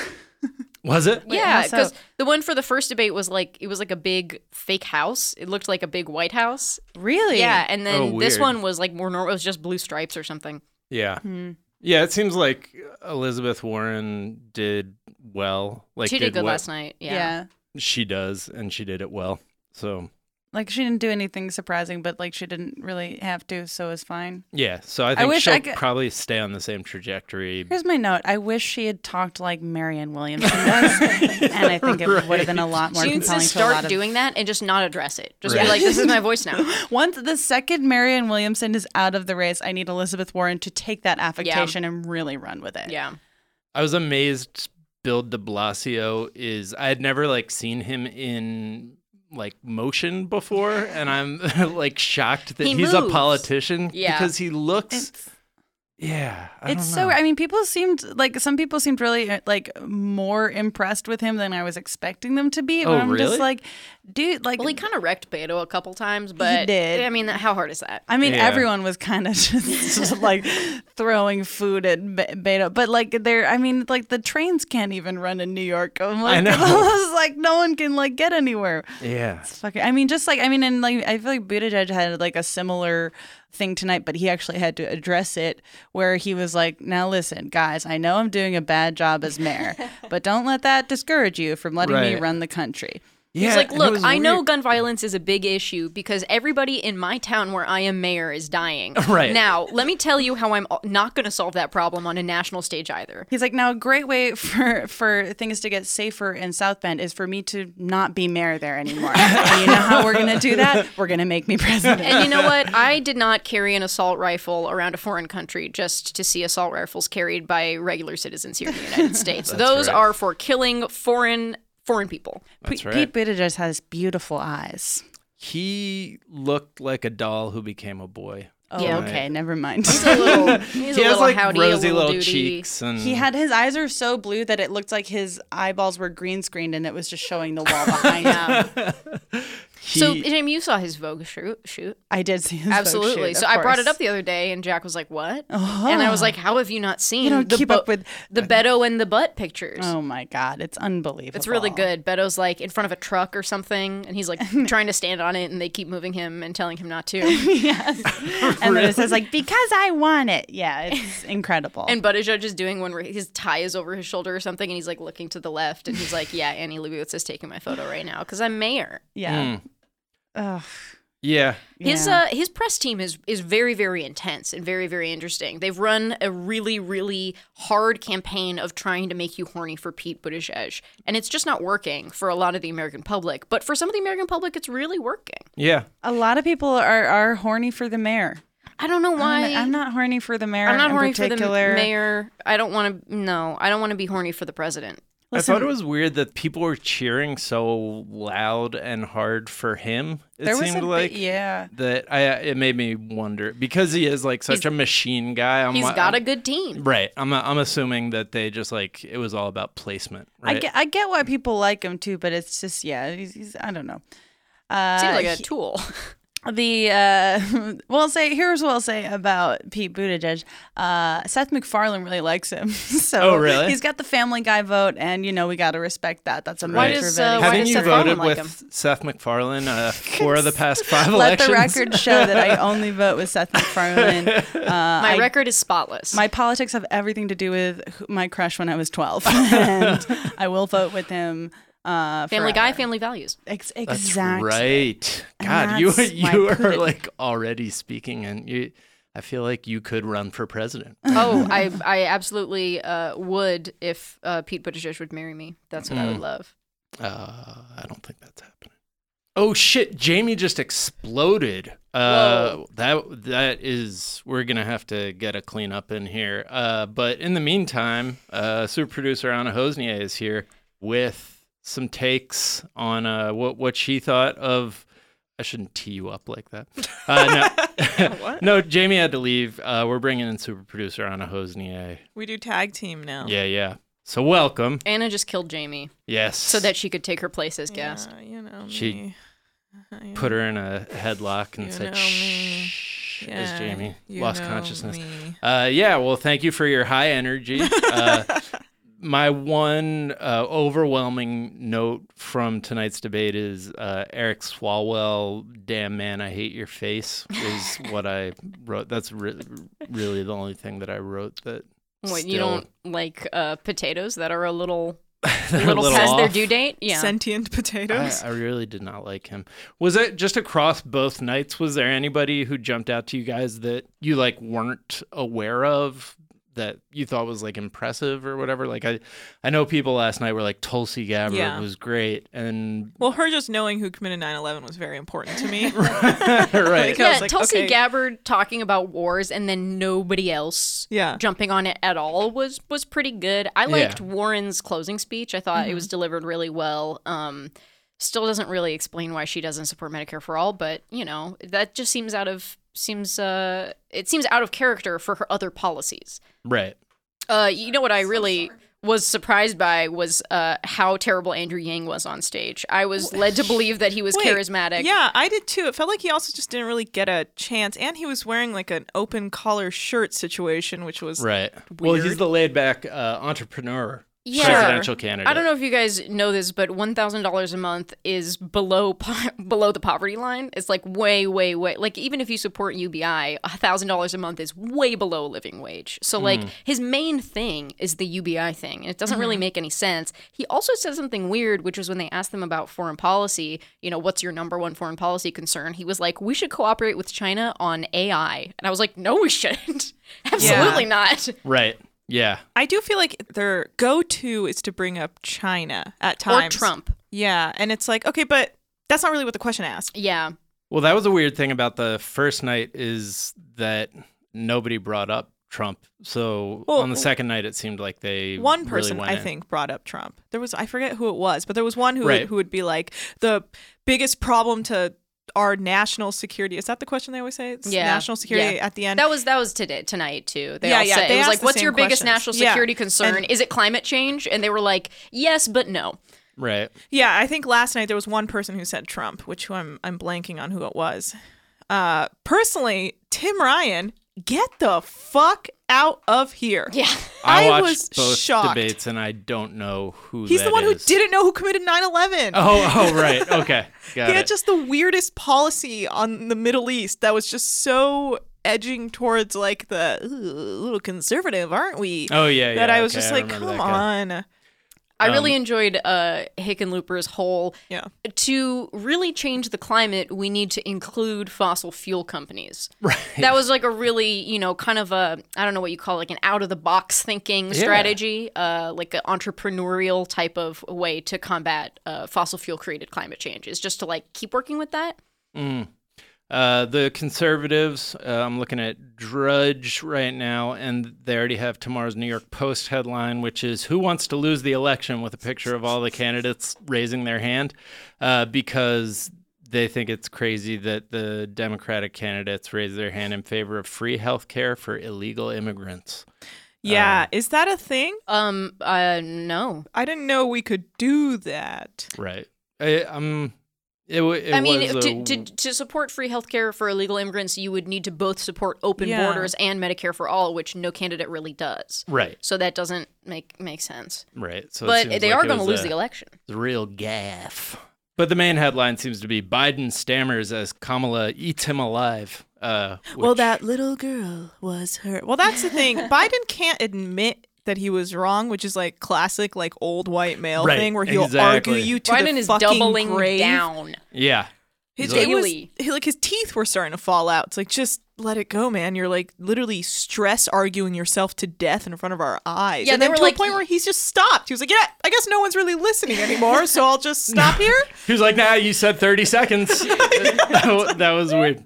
Speaker 1: Was it?
Speaker 2: Wait,
Speaker 3: yeah,
Speaker 2: how so?
Speaker 3: because the one for the first debate was like it was like a big fake house. It looked like a big White House.
Speaker 2: Really?
Speaker 3: Yeah, and then
Speaker 1: Oh,
Speaker 3: this
Speaker 1: weird.
Speaker 3: one was like more normal. It was just blue stripes or something.
Speaker 1: Yeah.
Speaker 2: Hmm.
Speaker 1: Yeah, it seems like Elizabeth Warren did well. Like
Speaker 3: she did good
Speaker 1: what
Speaker 3: last night.
Speaker 2: yeah.
Speaker 3: Yeah.
Speaker 1: She does, and she did it well. So
Speaker 2: Like she didn't do anything surprising, but like she didn't really have to, so it was fine.
Speaker 1: yeah, so I think
Speaker 2: wish
Speaker 1: she'll
Speaker 2: I could-
Speaker 1: probably stay on the same trajectory.
Speaker 2: Here's my note. I wish she had talked like Marianne Williamson does, and I think it would have been a lot more
Speaker 3: She needs to
Speaker 2: compelling to, a lot
Speaker 3: start
Speaker 2: of.
Speaker 3: doing that and just not address it. Just
Speaker 1: Right.
Speaker 3: be like, "This is my voice now."
Speaker 2: Once the second Marianne Williamson is out of the race, I need Elizabeth Warren to take that affectation and really run with it.
Speaker 3: Yeah,
Speaker 1: I was amazed Bill de Blasio is I had never like seen him in like motion before and I'm like shocked that
Speaker 3: He
Speaker 1: he's a
Speaker 3: moves.
Speaker 1: politician
Speaker 3: Yeah.
Speaker 1: because he looks
Speaker 2: It's-
Speaker 1: yeah, I
Speaker 2: it's
Speaker 1: don't
Speaker 2: so
Speaker 1: know.
Speaker 2: i mean people seemed like some people seemed really uh, like more impressed with him than i was expecting them to be but
Speaker 1: Oh,
Speaker 2: i'm
Speaker 1: really?
Speaker 2: just like dude like
Speaker 3: well, he kind of wrecked Beto a couple times, but
Speaker 2: did.
Speaker 3: I mean, how hard is that?
Speaker 2: I mean,
Speaker 1: Yeah.
Speaker 2: everyone was kind of just, just, like throwing food at Be- Beto, but like there, I mean, like the trains can't even run in New York. I'm like,
Speaker 1: I know.
Speaker 2: it's like no one can like get anywhere.
Speaker 1: yeah.
Speaker 2: It's fucking. I mean, just like I mean, and like I feel like Buttigieg had like a similar thing tonight, but he actually had to address it where he was like, "Now listen, guys, I know I'm doing a bad job as mayor, but don't let that discourage you from letting me
Speaker 1: Right.
Speaker 2: run the country."
Speaker 1: Yeah,
Speaker 3: He's like,
Speaker 1: and it
Speaker 3: look,
Speaker 1: was
Speaker 3: I know
Speaker 1: weird.
Speaker 3: gun violence is a big issue because everybody in my town where I am mayor is dying.
Speaker 1: Right.
Speaker 3: Now, let me tell you how I'm not going to solve that problem on a national stage either.
Speaker 2: He's like, now a great way for for things to get safer in South Bend is for me to not be mayor there anymore. and you know how we're gonna do that? We're gonna make me president.
Speaker 3: And you know what? I did not carry an assault rifle around a foreign country just to see assault rifles carried by regular citizens here in the United States. Those
Speaker 1: right.
Speaker 3: are for killing foreign foreign people.
Speaker 1: That's
Speaker 2: P-
Speaker 1: right.
Speaker 2: Pete Buttigieg has beautiful eyes.
Speaker 1: He looked like a doll who became a boy.
Speaker 2: Oh,
Speaker 3: Yeah.
Speaker 2: okay, never mind.
Speaker 3: He's a little, he's
Speaker 1: he
Speaker 3: a
Speaker 1: has
Speaker 3: little
Speaker 1: like
Speaker 3: howdy, a
Speaker 1: rosy
Speaker 3: little,
Speaker 1: little,
Speaker 3: duty.
Speaker 1: cheeks, and
Speaker 2: He had his eyes are so blue that it looked like his eyeballs were green screened and it was just showing the wall behind him.
Speaker 3: Yeah. so,
Speaker 1: he-
Speaker 3: Jim, you saw his Vogue shoot. shoot.
Speaker 2: I did see his
Speaker 3: Absolutely.
Speaker 2: Vogue shoot,
Speaker 3: so
Speaker 2: of
Speaker 3: I brought it
Speaker 2: course.
Speaker 3: up the other day, and Jack was like, "What?" And I was like, "How have you not seen?
Speaker 2: don't
Speaker 3: the
Speaker 2: keep up with-
Speaker 3: the Beto and the butt pictures.
Speaker 2: Oh my god, it's unbelievable.
Speaker 3: It's really good. Beto's like in front of a truck or something, and he's like trying to stand on it, and they keep moving him and telling him not to.
Speaker 2: And then it says like because I want it. Yeah, it's incredible.
Speaker 3: and Buttigieg is doing one where his tie is over his shoulder or something, and he's like looking to the left, and he's like, "Yeah, Annie Leibovitz is taking my photo right now because I'm mayor."
Speaker 2: yeah. Ugh,
Speaker 1: yeah,
Speaker 3: His
Speaker 2: yeah.
Speaker 3: uh his press team is is very very intense and very very interesting. They've run a really really hard campaign of trying to make you horny for Pete Buttigieg, and it's just not working for a lot of the American public. But for some of the American public, it's really working.
Speaker 1: yeah.
Speaker 2: a lot of people are are horny for the mayor.
Speaker 3: I don't know
Speaker 2: I'm
Speaker 3: why.
Speaker 2: not- I'm not horny for the mayor.
Speaker 3: I'm not
Speaker 2: in
Speaker 3: horny for
Speaker 2: particular.
Speaker 3: the mayor. I don't want to. No, I don't want to be horny for the president.
Speaker 1: I
Speaker 2: Listen-
Speaker 1: thought it was weird that people were cheering so loud and hard for him. It
Speaker 2: There was
Speaker 1: seemed
Speaker 2: a bit-
Speaker 1: like
Speaker 2: yeah.
Speaker 1: that. I it made me wonder because he is like such a machine guy. I'm,
Speaker 3: He's
Speaker 1: like-
Speaker 3: got a good team.
Speaker 1: right. I'm I'm assuming that they just like it was all about placement. Right.
Speaker 2: I get, I get why people like him too, but it's just yeah, he's, he's I don't know. Uh,
Speaker 3: Seems like a
Speaker 2: he-
Speaker 3: tool.
Speaker 2: the uh, well, I'll say here's what I'll say about Pete Buttigieg. Uh, Seth MacFarlane really likes him, so
Speaker 1: Oh, really?
Speaker 2: he's got the Family Guy vote, and you know we got to respect that. That's a
Speaker 1: Why
Speaker 2: major
Speaker 3: does,
Speaker 2: voting.
Speaker 3: uh, why
Speaker 1: Haven't
Speaker 3: does
Speaker 1: you
Speaker 3: Seth
Speaker 1: voted
Speaker 3: Rogen like
Speaker 1: with Seth MacFarlane uh, four of the past five
Speaker 2: Let
Speaker 1: elections?
Speaker 2: the record show that I only vote with Seth MacFarlane.
Speaker 3: My record is spotless.
Speaker 2: uh, My politics have everything to do with who- my crush when I was 12, and I will vote with him. Uh,
Speaker 3: family
Speaker 2: forever.
Speaker 3: Guy, family values.
Speaker 2: Ex-
Speaker 1: That's
Speaker 2: exactly.
Speaker 1: right.
Speaker 2: And
Speaker 1: God, you
Speaker 2: that's my
Speaker 1: you are
Speaker 2: point.
Speaker 1: like already speaking, and you. I feel like you could run for president.
Speaker 3: Oh, I I absolutely uh, would if uh, Pete Buttigieg would marry me. That's what I
Speaker 1: Mm.
Speaker 3: would love.
Speaker 1: Uh, I don't think that's happening. Oh shit! Jamie just exploded. Uh, that that is we're gonna have to get a cleanup in here. Uh, but in the meantime, uh, super producer Anna Hosnier is here with some takes on uh, what what she thought of. I shouldn't tee you up like that. Uh, no, no, Jamie had to leave. Uh, we're bringing in super producer Anna Hosnier.
Speaker 6: We do tag team
Speaker 3: Oh.
Speaker 6: now.
Speaker 1: Yeah, yeah. So welcome.
Speaker 3: Anna just killed Jamie
Speaker 1: Yes.
Speaker 3: so that she could take her place as guest.
Speaker 6: Yeah, you know me.
Speaker 1: She-
Speaker 6: You
Speaker 1: put her in a headlock and
Speaker 6: You
Speaker 1: said,
Speaker 6: know me.
Speaker 1: "Shh,"
Speaker 6: know-
Speaker 1: as Jamie
Speaker 6: you
Speaker 1: lost
Speaker 6: know
Speaker 1: consciousness.
Speaker 6: me.
Speaker 1: Uh, yeah, well, thank you for your high energy. Uh, my one uh, overwhelming note from tonight's debate is uh, Eric Swalwell, "Damn man, I hate your face," is what I wrote. That's re- really the only thing that I wrote that.
Speaker 3: What you
Speaker 1: still-
Speaker 3: don't like uh, potatoes that are a little
Speaker 1: that are
Speaker 3: little,
Speaker 1: a
Speaker 3: past their
Speaker 1: off.
Speaker 3: due date? Yeah.
Speaker 6: Sentient
Speaker 1: I, uh,
Speaker 6: potatoes.
Speaker 1: I really did not like him. Was it just across both nights? Was there anybody who jumped out to you guys that you like weren't aware of that you thought was like impressive or whatever? Like I, I know people last night were like Tulsi Gabbard
Speaker 6: Yeah.
Speaker 1: was great, and
Speaker 6: well, her just knowing who committed 9/11 was very important to me.
Speaker 1: right,
Speaker 6: Like, I
Speaker 3: yeah,
Speaker 6: was like,
Speaker 3: Tulsi
Speaker 6: okay.
Speaker 3: Gabbard talking about wars and then nobody else
Speaker 6: Yeah.
Speaker 3: jumping on it at all was was pretty good. I liked Warren's closing speech. I thought it
Speaker 6: Mm-hmm.
Speaker 3: was delivered really well. Um, still doesn't really explain why she doesn't support Medicare for all, but you know that just seems out of seems uh it seems out of character for her other policies.
Speaker 1: right.
Speaker 3: Uh, you know what I really was surprised by was uh how terrible Andrew Yang was on stage. I was led to believe that he was
Speaker 6: Wait,
Speaker 3: charismatic.
Speaker 6: Yeah, I did too. It felt like he also just didn't really get a chance, and he was wearing like an open collar shirt situation, which was
Speaker 1: Right. Well, he's
Speaker 6: Weird.
Speaker 1: the laid back uh, entrepreneur.
Speaker 3: Yeah.
Speaker 1: presidential candidate.
Speaker 3: I don't know if you guys know this, but one thousand dollars a month is below po- below the poverty line. It's like way, way, way. Like even if you support UBI, thousand dollars a month is way below living wage.
Speaker 1: Hmm.
Speaker 3: So like his main thing is the UBI thing, and it doesn't
Speaker 1: Mm-hmm.
Speaker 3: really make any sense. He also said something weird, which was when they asked him about foreign policy. You know, what's your number one foreign policy concern? He was like, "We should cooperate with China on AI," and I was like, "No, we shouldn't. Absolutely not."
Speaker 1: Right. Yeah.
Speaker 6: I do feel like their go-to is to bring up China at
Speaker 3: Or
Speaker 6: times.
Speaker 3: Trump.
Speaker 6: Yeah, and it's like, okay, but that's not really what the question asked.
Speaker 3: Yeah.
Speaker 1: Well, that was a weird thing about the first night is that nobody brought up Trump. So
Speaker 6: Well,
Speaker 1: on the second night, it seemed like they
Speaker 6: One
Speaker 1: really
Speaker 6: person,
Speaker 1: went
Speaker 6: I
Speaker 1: in.
Speaker 6: think, brought up Trump. There was, I forget who it was, but there was one who
Speaker 1: Right.
Speaker 6: would, who would be like the biggest problem to our national security. Is that the question they always say? It's
Speaker 3: Yeah.
Speaker 6: national security
Speaker 3: Yeah.
Speaker 6: at the end.
Speaker 3: That was that was today tonight too. They
Speaker 6: Yeah,
Speaker 3: all
Speaker 6: yeah,
Speaker 3: said
Speaker 6: they
Speaker 3: it was
Speaker 6: asked
Speaker 3: like,
Speaker 6: the
Speaker 3: "What's
Speaker 6: same
Speaker 3: your biggest
Speaker 6: questions.
Speaker 3: national
Speaker 6: Yeah.
Speaker 3: security concern?
Speaker 6: And-
Speaker 3: Is it climate change?" And they were like, "Yes, but no."
Speaker 1: Right.
Speaker 6: Yeah, I think last night there was one person who said Trump, which who I'm I'm blanking on who it was. Uh, personally, Tim Ryan, get the fuck out of here.
Speaker 3: Yeah,
Speaker 1: I,
Speaker 6: I
Speaker 1: watched
Speaker 6: was
Speaker 1: both
Speaker 6: shocked.
Speaker 1: debates and I don't know who
Speaker 6: He's the
Speaker 1: that
Speaker 6: one
Speaker 1: is.
Speaker 6: who didn't know who committed 9/11.
Speaker 1: Oh, oh, right. Okay. Got
Speaker 6: he had
Speaker 1: it.
Speaker 6: just the weirdest policy on the Middle East that was just so edging towards like the "Ooh, a little conservative, aren't we?
Speaker 1: oh, yeah.
Speaker 6: that
Speaker 1: yeah,
Speaker 6: I was
Speaker 1: okay,
Speaker 6: just like,
Speaker 1: remember
Speaker 6: come
Speaker 1: that guy.
Speaker 6: on.
Speaker 3: I really enjoyed uh, Hickenlooper's whole.
Speaker 6: Um, Yeah.
Speaker 3: To really change the climate, we need to include fossil fuel companies. Right. That was like a really, you know, kind of a I don't know what you call it, like an out of the box thinking strategy, uh, like an entrepreneurial type of way to combat uh, fossil fuel created climate change. Is just to like keep working with that.
Speaker 1: Uh, the conservatives, uh, I'm looking at Drudge right now, and they already have tomorrow's New York Post headline, which is Who Wants to Lose the Election with a picture of all the candidates raising their hand uh, because they think it's crazy that the Democratic candidates raise their hand in favor of free health care for illegal immigrants.
Speaker 6: Yeah, is that a thing?
Speaker 3: Um. Uh. No.
Speaker 6: I didn't know we could do that.
Speaker 1: Right. I, um, it, wa- it
Speaker 3: I mean,
Speaker 1: was
Speaker 3: to,
Speaker 1: a-
Speaker 3: to, to support free healthcare for illegal immigrants, you would need to both support open
Speaker 6: Yeah.
Speaker 3: borders and Medicare for all, which no candidate really does.
Speaker 1: Right,
Speaker 3: So that doesn't make make sense.
Speaker 1: right. So it
Speaker 3: but
Speaker 1: seems
Speaker 3: they
Speaker 1: like
Speaker 3: are
Speaker 1: it
Speaker 3: going to
Speaker 1: was
Speaker 3: lose
Speaker 1: a-
Speaker 3: the election.
Speaker 1: It's a real gaff. But the main headline seems to be Biden stammers as Kamala eats him alive. Uh,
Speaker 6: Well,
Speaker 1: which-
Speaker 6: that little girl was her. Well, that's the thing. Biden can't admit that he was wrong, which is like classic, like old white male
Speaker 1: Right,
Speaker 6: thing, where he'll
Speaker 1: exactly.
Speaker 6: argue you to
Speaker 3: Biden
Speaker 6: the
Speaker 3: is
Speaker 6: fucking
Speaker 3: doubling
Speaker 6: grave.
Speaker 3: down.
Speaker 1: yeah,
Speaker 6: His,
Speaker 1: He's
Speaker 6: it was-
Speaker 3: Daily.
Speaker 6: he- like his teeth were starting to fall out. It's like just let it go, man. You're like literally stress arguing yourself to death in front of our eyes.
Speaker 3: Yeah,
Speaker 6: and
Speaker 3: they
Speaker 6: then
Speaker 3: were
Speaker 6: to
Speaker 3: like-
Speaker 6: a point where he's just stopped. He was like, yeah, I guess no one's really listening anymore, so I'll just stop here.
Speaker 1: he was like, "Nah, you said thirty seconds." that, wa- that was weird.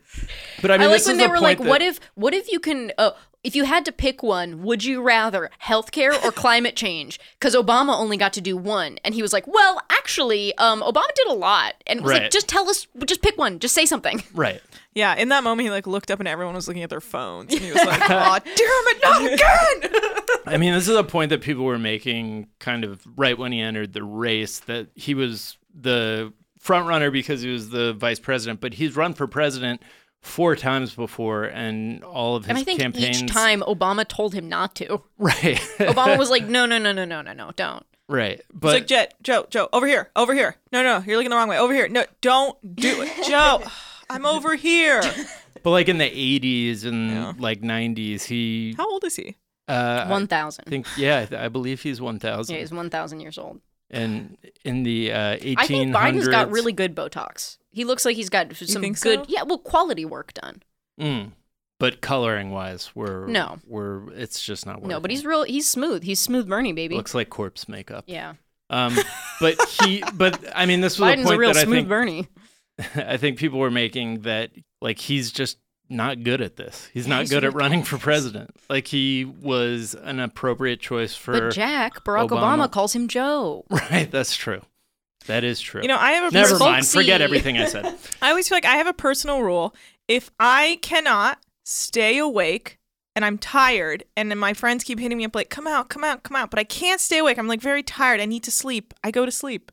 Speaker 1: But I
Speaker 3: I,
Speaker 1: mean,
Speaker 3: like
Speaker 1: this
Speaker 3: when
Speaker 1: is
Speaker 3: they
Speaker 1: the
Speaker 3: were
Speaker 1: point
Speaker 3: like, "What
Speaker 1: that-
Speaker 3: if? What if you can? Uh, if you had to pick one, would you rather healthcare or climate change? Because Obama only got to do one, and he was like, "Well, actually, um, Obama did a lot." And it was
Speaker 1: Right.
Speaker 3: like, "Just tell us. Just pick one. Just say something."
Speaker 1: Right.
Speaker 6: Yeah, in that moment, he like looked up and everyone was looking at their phones, and he was like, "Aw, damn it, not again!"
Speaker 1: I mean, this is a point that people were making kind of right when he entered the race that he was the front runner because he was the vice president, but he's run for president four times before, and all of his
Speaker 3: And I think
Speaker 1: campaigns.
Speaker 3: each time Obama told him not to.
Speaker 1: right,
Speaker 3: Obama was like, "No, no, no, no, no, no, no, don't."
Speaker 1: right,
Speaker 6: It's
Speaker 1: but
Speaker 6: like, Jet, Joe, Joe, over here, over here. No, no, you're looking the wrong way. Over here. No, don't do it, Joe. I'm over here.
Speaker 1: But like in the 80s and like 90s, he
Speaker 6: How old is he?
Speaker 1: uh,
Speaker 3: One
Speaker 1: I
Speaker 3: thousand.
Speaker 1: think yeah, I believe he's 1,000.
Speaker 3: Yeah, he's one thousand years old.
Speaker 1: and in the uh, 1800s,
Speaker 3: I think Biden's got really good Botox. He looks like he's got some
Speaker 6: think
Speaker 3: good,
Speaker 6: so?
Speaker 3: yeah, well, quality work done.
Speaker 1: Mm. but coloring wise, we're
Speaker 3: No.
Speaker 1: we're it's just not working.
Speaker 3: No, but he's real. He's smooth. He's smooth Bernie, baby.
Speaker 1: looks like corpse makeup.
Speaker 3: yeah,
Speaker 1: Um, but he, but I mean, this was a
Speaker 3: Biden's a
Speaker 1: point
Speaker 3: real
Speaker 1: that I
Speaker 3: smooth
Speaker 1: think
Speaker 3: Bernie.
Speaker 1: I think people were making that like he's just not good at this. He's not
Speaker 3: he's
Speaker 1: good at
Speaker 3: not
Speaker 1: running for president. Like he was an appropriate choice for
Speaker 3: But Jack, Barack Obama.
Speaker 1: Obama.
Speaker 3: calls him Joe.
Speaker 1: Right, that's true. That is true.
Speaker 6: You know, I have a
Speaker 1: Never
Speaker 6: personal.
Speaker 1: mind. Forget
Speaker 3: folksy.
Speaker 1: everything I said. Uh,
Speaker 6: I always feel like I have a personal rule. If I cannot stay awake and I'm tired, and then my friends keep hitting me up like, "Come out, come out, come out," but I can't stay awake. I'm like very tired. I need to sleep. I go to sleep.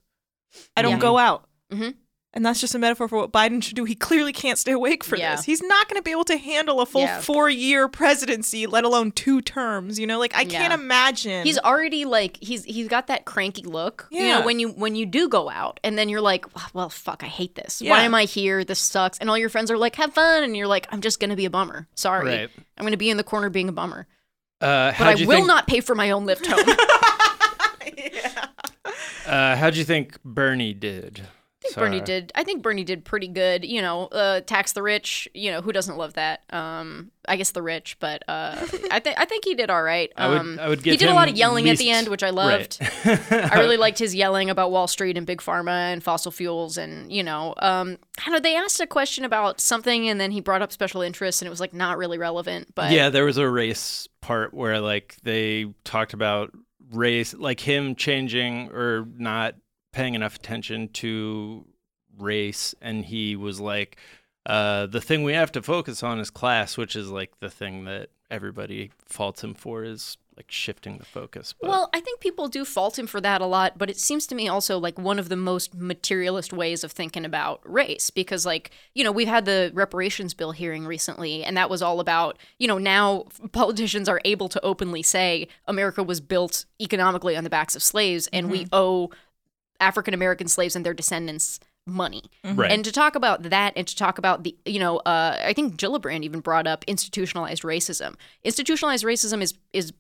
Speaker 6: I don't
Speaker 3: Yeah.
Speaker 6: go out.
Speaker 3: Mhm.
Speaker 6: And that's just a metaphor for what Biden should do. He clearly can't stay awake for
Speaker 3: Yeah.
Speaker 6: this. He's not going to be able to handle a full
Speaker 3: Yeah.
Speaker 6: four year presidency, let alone two terms. You know, like I can't
Speaker 3: Yeah.
Speaker 6: imagine.
Speaker 3: He's already like he's he's got that cranky look. You
Speaker 6: Yeah.
Speaker 3: know, when you when you do go out and then you're like, well fuck, I hate this.
Speaker 6: Yeah.
Speaker 3: Why am I here? This sucks. And all your friends are like, have fun and you're like, I'm just gonna be a bummer. Sorry.
Speaker 1: Right.
Speaker 3: I'm gonna be in the corner being a bummer.
Speaker 1: Uh,
Speaker 3: But
Speaker 1: how'd
Speaker 3: I
Speaker 1: you
Speaker 3: will
Speaker 1: think,
Speaker 3: not pay for my own lift home.
Speaker 1: Uh, how'd you think Bernie did?
Speaker 3: I think Bernie did. I think Bernie did pretty good. You know, uh, tax the rich. You know, who doesn't love that? Um, I guess the rich, but uh, I think I think he did all right.
Speaker 1: I would-
Speaker 3: Um,
Speaker 1: I would
Speaker 3: he
Speaker 1: give
Speaker 3: did a lot
Speaker 1: him
Speaker 3: of yelling at the
Speaker 1: least-
Speaker 3: end, which I
Speaker 1: Right.
Speaker 3: loved. I really liked his yelling about Wall Street and big pharma and fossil fuels, and you know, um, I don't know. They asked a question about something, and then he brought up special interests, and it was like not really relevant. But
Speaker 1: yeah, there was a race part where like they talked about race, like him changing or not paying enough attention to race, and he was like, uh, "The thing we have to focus on is class," which is like the thing that everybody faults him for is like shifting the focus. But
Speaker 3: Well, I think people do fault him for that a lot, but it seems to me also like one of the most materialist ways of thinking about race because, like, you know, we've had the reparations bill hearing recently, and that was all about, you know, now politicians are able to openly say America was built economically on the backs of slaves, and we owe African American slaves and their descendants money.
Speaker 1: Right.
Speaker 3: And to talk about that and to talk about the, you know, uh, I think Gillibrand even brought up institutionalized racism. Institutionalized racism is is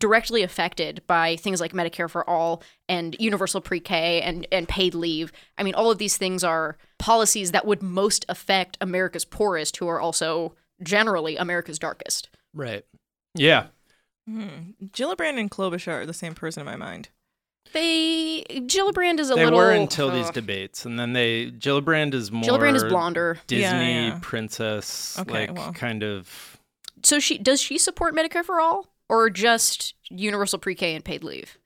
Speaker 3: directly affected by things like Medicare for all and universal pre-K and and paid leave. I mean, all of these things are policies that would most affect America's poorest who are also generally America's darkest.
Speaker 1: right, yeah,
Speaker 6: Gillibrand and Klobuchar are the same person in my mind.
Speaker 3: They Gillibrand is a
Speaker 1: they
Speaker 3: little
Speaker 1: were until
Speaker 3: ugh.
Speaker 1: these
Speaker 6: uh,
Speaker 1: debates, and then they Gillibrand is more
Speaker 3: Gillibrand is blonder.
Speaker 1: Disney
Speaker 6: yeah.
Speaker 1: princess,
Speaker 6: Okay,
Speaker 1: like
Speaker 6: well.
Speaker 1: kind of.
Speaker 3: So she does she support Medicare for all or just universal pre-K and paid leave?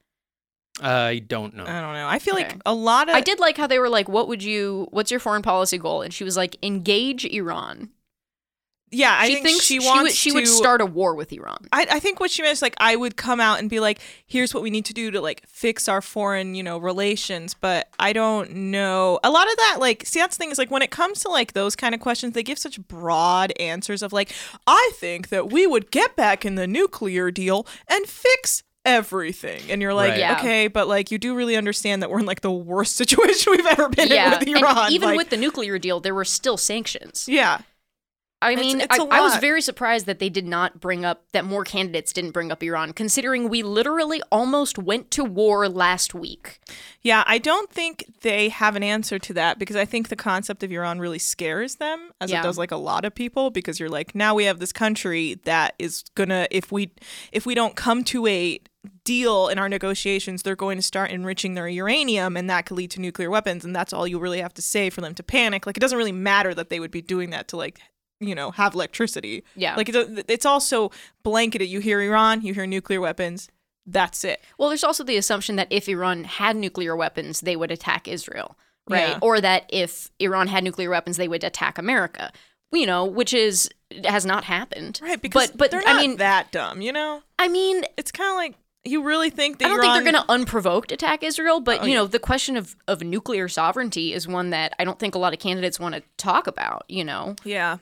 Speaker 1: I don't know.
Speaker 6: I don't know. I feel like
Speaker 3: Okay.
Speaker 6: a lot of
Speaker 3: I did like how they were like, "What would you? What's your foreign policy goal?" And she was like, "Engage Iran."
Speaker 6: Yeah, I
Speaker 3: she
Speaker 6: think
Speaker 3: thinks
Speaker 6: she
Speaker 3: would-
Speaker 6: wants
Speaker 3: she
Speaker 6: to
Speaker 3: would start a war with Iran.
Speaker 6: I, I think what she meant is like I would come out and be like, here's what we need to do to like fix our foreign, you know, relations. But I don't know. A lot of that, like, see that's the thing is like when it comes to like those kind of questions, they give such broad answers of like, I think that we would get back in the nuclear deal and fix everything. And you're like,
Speaker 1: Right.
Speaker 3: Yeah.
Speaker 6: okay, but like you do really understand that we're in like the worst situation we've ever been
Speaker 3: yeah,
Speaker 6: in with Iran.
Speaker 3: and even
Speaker 6: like-
Speaker 3: with the nuclear deal, there were still sanctions.
Speaker 6: Yeah.
Speaker 3: I
Speaker 6: It's-
Speaker 3: mean,
Speaker 6: it's
Speaker 3: I
Speaker 6: a
Speaker 3: I was
Speaker 6: lot.
Speaker 3: very surprised that they did not bring up that more candidates didn't bring up Iran, considering we literally almost went to war last week.
Speaker 6: Yeah, I don't think they have an answer to that because I think the concept of Iran really scares them, as it
Speaker 3: Yeah.
Speaker 6: does like a lot of people, because you're like, now we have this country that is gonna if we if we don't come to a deal in our negotiations, they're going to start enriching their uranium and that could lead to nuclear weapons and that's all you really have to say for them to panic. Like it doesn't really matter that they would be doing that to like you know, have electricity.
Speaker 3: Yeah.
Speaker 6: Like it- it's also blanketed. You hear Iran, you hear nuclear weapons. That's it.
Speaker 3: Well, there's also the assumption that if Iran had nuclear weapons, they would attack Israel, right?
Speaker 6: Yeah.
Speaker 3: Or that if Iran had nuclear weapons, they would attack America. You know, which is has not happened,
Speaker 6: Right, because
Speaker 3: but but
Speaker 6: they're
Speaker 3: I
Speaker 6: not
Speaker 3: mean,
Speaker 6: that dumb, you know.
Speaker 3: I mean,
Speaker 6: It's kind of like you really think that
Speaker 3: I don't
Speaker 6: Iran- Oh,
Speaker 3: think they're going to unprovoked attack Israel, but you know, the question of of nuclear sovereignty is one that I don't think a lot of candidates want to talk about. You know,
Speaker 6: Yeah,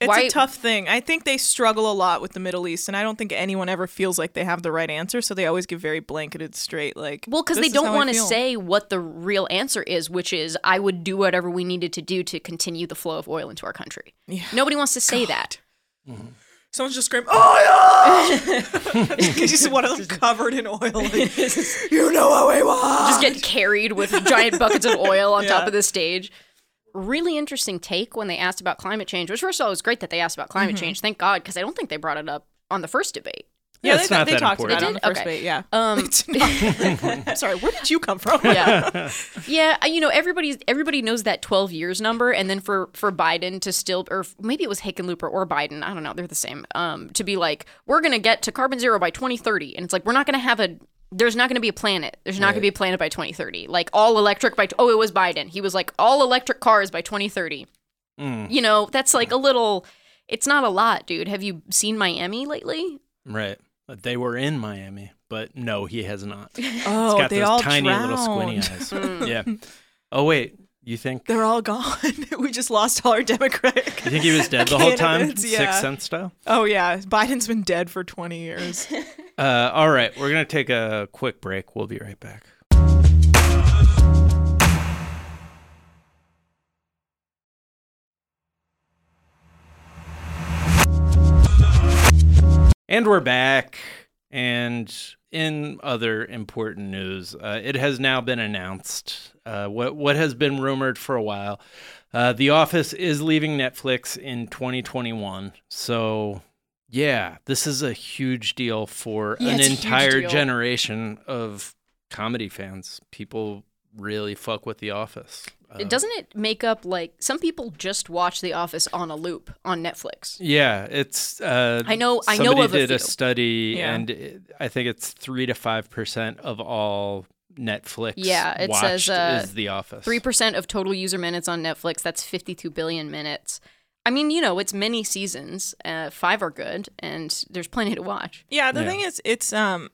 Speaker 6: it's
Speaker 3: Why-
Speaker 6: a tough thing. I think they struggle a lot with the Middle East, and I don't think anyone ever feels like they have the right answer, so they always give very blanketed, straight like.
Speaker 3: well, because
Speaker 6: this
Speaker 3: they
Speaker 6: is
Speaker 3: don't
Speaker 6: how I
Speaker 3: want to
Speaker 6: feel.
Speaker 3: say what the real answer is, which is I would do whatever we needed to do to continue the flow of oil into our country.
Speaker 6: Yeah.
Speaker 3: Nobody wants to say that.
Speaker 6: Someone's just screaming, "Oil!" It's just one of them covered in oil. like, you know what we want.
Speaker 3: just get carried with giant buckets of oil on top of the stage. Really interesting take when they asked about climate change, which first of all it was great that they asked about climate change. Thank God, because I don't think they brought it up on the first debate.
Speaker 6: yeah,
Speaker 1: It's
Speaker 6: they,
Speaker 1: not
Speaker 6: they
Speaker 1: that
Speaker 6: talked
Speaker 1: important.
Speaker 6: about it on the
Speaker 3: They did?
Speaker 6: first
Speaker 3: Okay.
Speaker 6: date. Yeah.
Speaker 3: Um,
Speaker 6: I'm sorry. Where did you come from?
Speaker 3: yeah, yeah. I- You know, everybody's everybody knows that twelve years number, and then for for Biden to still, or f- maybe it was Hickenlooper or Biden, I don't know, they're the same. Um, to be like, we're gonna get to carbon zero by twenty thirty, and it's like we're not gonna have a. There's not going to be a planet. There's not going to be a planet by 2030. Like all electric by. oh, it was Biden. He was like all electric cars by 2030. You know, that's like a little. It's not a lot, dude. Have you seen Miami lately?
Speaker 1: Right. But They were in Miami, but no, he has not. He's
Speaker 6: Oh,
Speaker 1: got
Speaker 6: they
Speaker 1: those
Speaker 6: all
Speaker 1: tiny
Speaker 6: drowned. Hmm.
Speaker 1: little squinty eyes. yeah. Oh wait. You think?
Speaker 6: They're all gone. we just lost all our Democratic.
Speaker 1: You think he was dead the whole time?
Speaker 6: Candidates, yeah.
Speaker 1: Sixth Sense style?
Speaker 6: Oh yeah, Biden's been dead for 20 years.
Speaker 1: Uh, all right, we're going to take a quick break. We'll be right back. And we're back. And in other important news, uh, it has now been announced uh, what what has been rumored for a while. Uh, the Office is leaving Netflix in 2021. So, yeah, this is a huge deal for
Speaker 3: Yeah,
Speaker 1: an
Speaker 3: it's a huge
Speaker 1: entire
Speaker 3: deal.
Speaker 1: generation of comedy fans. People really fuck with The Office. Uh,
Speaker 3: Doesn't it make up like some people just watch The Office on a loop on Netflix?
Speaker 1: Yeah, it's. Uh,
Speaker 3: I know- I know
Speaker 1: somebody
Speaker 3: of a
Speaker 1: did a
Speaker 3: few.
Speaker 1: study,
Speaker 6: Yeah.
Speaker 1: and it, I think it's three to five percent of all Netflix.
Speaker 3: Yeah, it
Speaker 1: watched
Speaker 3: says, uh,
Speaker 1: is The Office.
Speaker 3: Three percent of total user minutes on Netflix. That's fifty-two billion minutes. I mean, you know, it's many seasons. Uh, five are good, and there's plenty to watch.
Speaker 6: Yeah, the
Speaker 1: Yeah.
Speaker 6: thing is, it's um,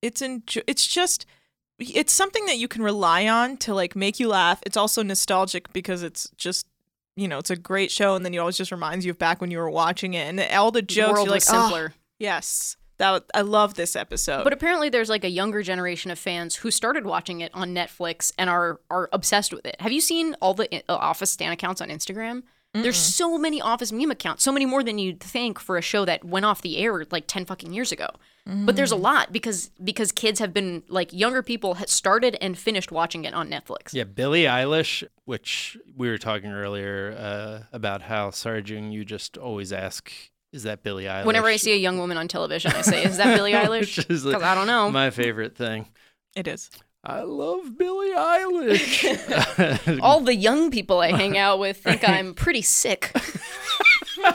Speaker 6: it's enjo- it's just it's something that you can rely on to like make you laugh. It's also nostalgic because it's just you know it's a great show, and then you always just reminds you of back when you were watching it, and all the
Speaker 3: the
Speaker 6: jokes
Speaker 3: world
Speaker 6: you're like,
Speaker 3: was
Speaker 6: "Oh,
Speaker 3: simpler.
Speaker 6: yes, that w- I love this episode.
Speaker 3: But apparently, there's like a younger generation of fans who started watching it on Netflix and are are obsessed with it. Have you seen all the uh, Office stan accounts on Instagram? There's so many Office meme accounts, so many more than you'd think for a show that went off the air like ten fucking years ago. But there's a
Speaker 6: Mm.
Speaker 3: lot because because kids have been like younger people had started and finished watching it on Netflix.
Speaker 1: Yeah, Billie Eilish, which we were talking earlier uh, about how Sarah June, you just always ask, is that Billie Eilish?
Speaker 3: Whenever I see a young woman on television, I say, "Is that Billie Eilish?"
Speaker 1: Which is,
Speaker 3: Because
Speaker 1: like,
Speaker 3: I don't know.
Speaker 1: my favorite thing.
Speaker 6: it is.
Speaker 1: I love Billie Eilish.
Speaker 3: all the young people I hang out with think I'm pretty sick.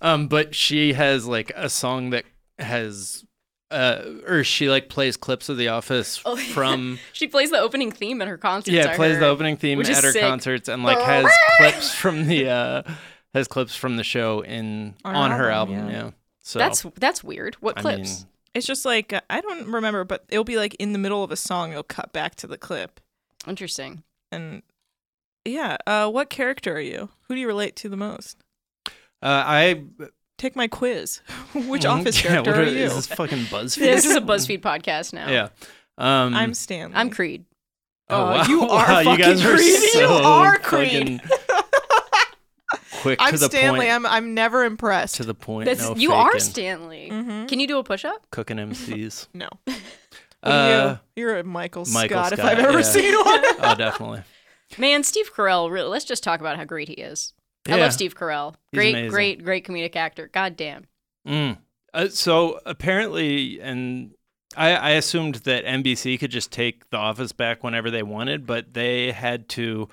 Speaker 1: um, but she has like a song that has, uh, or she like plays clips of The Office from.
Speaker 3: She plays the opening theme at her concerts.
Speaker 1: Yeah,
Speaker 3: I
Speaker 1: it plays the
Speaker 3: heard.
Speaker 1: opening theme
Speaker 3: Which is
Speaker 1: at her
Speaker 3: sick.
Speaker 1: concerts and like has clips from the uh has clips from the show in on,
Speaker 6: On her
Speaker 1: her album.
Speaker 6: album,
Speaker 1: Yeah.
Speaker 6: yeah.
Speaker 1: So
Speaker 3: That's that's weird. What
Speaker 1: I
Speaker 3: clips?
Speaker 1: mean,
Speaker 6: It's just like uh, I don't remember, but it'll be like in the middle of a song, it'll cut back to the clip,
Speaker 3: Interesting.
Speaker 6: and yeah, uh, what character are you? Who do you relate to the most?
Speaker 1: uh, I
Speaker 6: Take my quiz. Which
Speaker 1: Mhm.
Speaker 6: office
Speaker 1: yeah,
Speaker 6: character
Speaker 1: what
Speaker 6: are you?
Speaker 1: Is this fucking BuzzFeed?
Speaker 3: This is a BuzzFeed podcast now.
Speaker 1: yeah. Um,
Speaker 6: I'm Stanley.
Speaker 3: I'm Creed.
Speaker 1: oh,
Speaker 6: uh,
Speaker 1: wow.
Speaker 6: you are
Speaker 1: Wow, you guys
Speaker 6: fucking
Speaker 1: are
Speaker 6: Creed. You
Speaker 1: So
Speaker 6: are Creed.
Speaker 1: fucking Quick
Speaker 6: I'm
Speaker 1: to the
Speaker 6: Stanley.
Speaker 1: point.
Speaker 6: I'm I'm never impressed.
Speaker 1: to the point.
Speaker 3: That's
Speaker 1: no
Speaker 3: you are
Speaker 1: faking.
Speaker 3: Stanley.
Speaker 6: Mm-hmm.
Speaker 3: Can you do a push up?
Speaker 1: cooking MCs.
Speaker 6: no,
Speaker 1: Uh,
Speaker 6: you? are a Michael,
Speaker 1: Michael
Speaker 6: Scott, if
Speaker 1: Scott,
Speaker 6: I've ever
Speaker 1: yeah.
Speaker 6: seen one.
Speaker 1: oh, definitely.
Speaker 3: Man, Steve Carell. Really, let's just talk about how great he is. I
Speaker 1: Yeah.
Speaker 3: love Steve Carell.
Speaker 1: He's
Speaker 3: Great,
Speaker 1: amazing.
Speaker 3: great, great comedic actor. God damn.
Speaker 1: Mm. Uh, so apparently, and I, I assumed that NBC could just take The Office back whenever they wanted, but they had to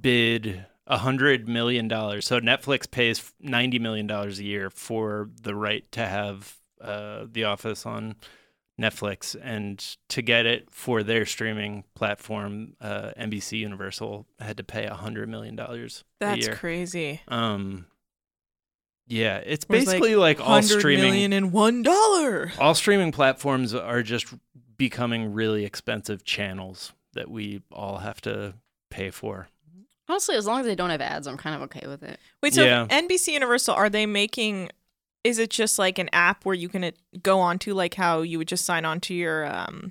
Speaker 1: bid a hundred million dollars. So Netflix pays ninety million dollars a year for the right to have uh, The Office on Netflix, and to get it for their streaming platform, uh, NBC Universal had to pay a hundred million dollars a
Speaker 6: That's
Speaker 1: year.
Speaker 6: crazy.
Speaker 1: Um, yeah, it's
Speaker 6: It was
Speaker 1: basically like, all
Speaker 6: 100
Speaker 1: streaming
Speaker 6: million and one dollar.
Speaker 1: all streaming platforms are just becoming really expensive channels that we all have to pay for.
Speaker 3: Honestly, as long as they don't have ads, I'm kind of okay with it.
Speaker 6: Wait, so
Speaker 1: Yeah.
Speaker 6: NBC Universal are they making? Is it just like an app where you can uh, go onto like how you would just sign on to your um,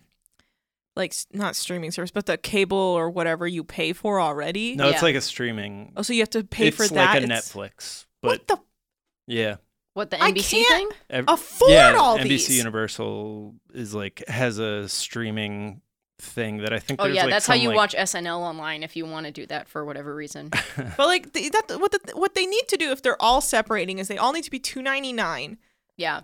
Speaker 6: like s- not streaming service, but the cable or whatever you pay for already?
Speaker 1: No, it's
Speaker 3: Yeah.
Speaker 1: like a streaming.
Speaker 6: Oh, so you have to pay
Speaker 1: it's
Speaker 6: for
Speaker 1: like
Speaker 6: that.
Speaker 1: a
Speaker 6: It's-
Speaker 1: Netflix, but
Speaker 6: What the
Speaker 1: yeah,
Speaker 3: What the
Speaker 6: I
Speaker 3: NBC thing?
Speaker 6: can't-
Speaker 1: Ev-
Speaker 6: afford
Speaker 1: yeah,
Speaker 6: all
Speaker 1: NBC
Speaker 6: these?
Speaker 1: Universal is like has a streaming thing that I think.
Speaker 3: Oh
Speaker 1: there's,
Speaker 3: yeah,
Speaker 1: like,
Speaker 3: that's how
Speaker 1: some,
Speaker 3: you
Speaker 1: like-
Speaker 3: watch SNL online if you want to do that for whatever reason.
Speaker 6: But like the, that, what the, what they need to do if they're all separating is they all need to be two ninety nine
Speaker 3: yeah.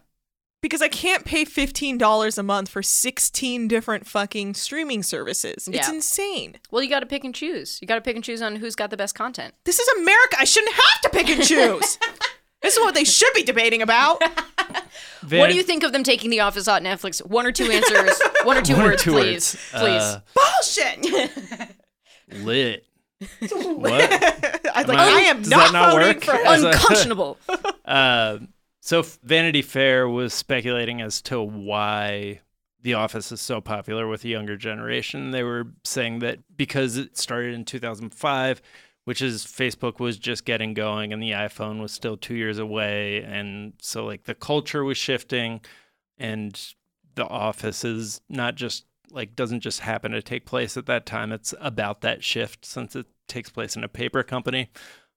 Speaker 6: because I can't pay fifteen dollars a month for sixteen different fucking streaming services. It's
Speaker 3: Yeah.
Speaker 6: insane.
Speaker 3: Well, you got to pick and choose. You got to pick and choose on who's got the best content.
Speaker 6: This is America. I shouldn't have to pick and choose. this is what they should be debating about.
Speaker 1: Van-
Speaker 3: What do you think of them taking The Office out Netflix? One or two answers. One or two
Speaker 1: One or
Speaker 3: words,
Speaker 1: two
Speaker 3: please.
Speaker 1: words.
Speaker 3: Please.
Speaker 1: Uh,
Speaker 6: Bullshit.
Speaker 1: lit. what?
Speaker 6: I was like,
Speaker 1: I-
Speaker 6: I am
Speaker 1: does
Speaker 6: not,
Speaker 1: that not
Speaker 6: voting
Speaker 1: work?
Speaker 6: for.
Speaker 1: Yeah. As a-
Speaker 3: Unconscionable.
Speaker 1: Uh, so Vanity Fair was speculating as to why The Office is so popular with the younger generation. They were saying that because it started in 2005, which is Facebook was just getting going and the iPhone was still two years away. And so, like, the culture was shifting and The Office is not just like doesn't just happen to take place at that time. It's about that shift since it takes place in a paper company.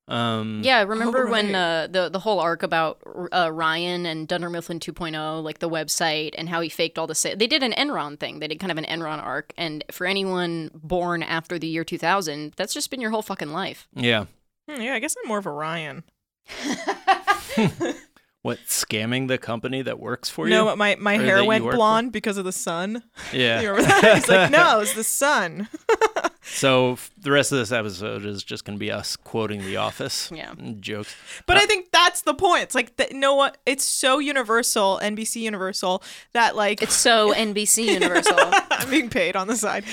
Speaker 1: Um,
Speaker 3: Yeah, remember
Speaker 6: right.
Speaker 3: when uh, the the whole arc about uh, Ryan and Dunder Mifflin 2.0, oh, like the website and how he faked all the sa- they did an Enron thing. They did kind of an Enron arc, and for anyone born after the year 2000, that's just been your whole fucking life.
Speaker 1: yeah.
Speaker 6: Hmm, yeah, I guess I'm more of a Ryan.
Speaker 1: What scamming the company that works for you?
Speaker 6: No, my, my
Speaker 1: Or that
Speaker 6: hair
Speaker 1: you
Speaker 6: went
Speaker 1: work for-
Speaker 6: blonde because of the sun. You
Speaker 1: Yeah.
Speaker 6: remember that? He's like, no, it's the sun.
Speaker 1: So f- the rest of this episode is just going to be us quoting The Office.
Speaker 3: Yeah.
Speaker 1: and Jokes.
Speaker 6: But I think that's the point. It's like, that, you know what? It's so universal, NBC universal, that like
Speaker 3: It's so NBC Universal.
Speaker 6: I'm being paid on the side.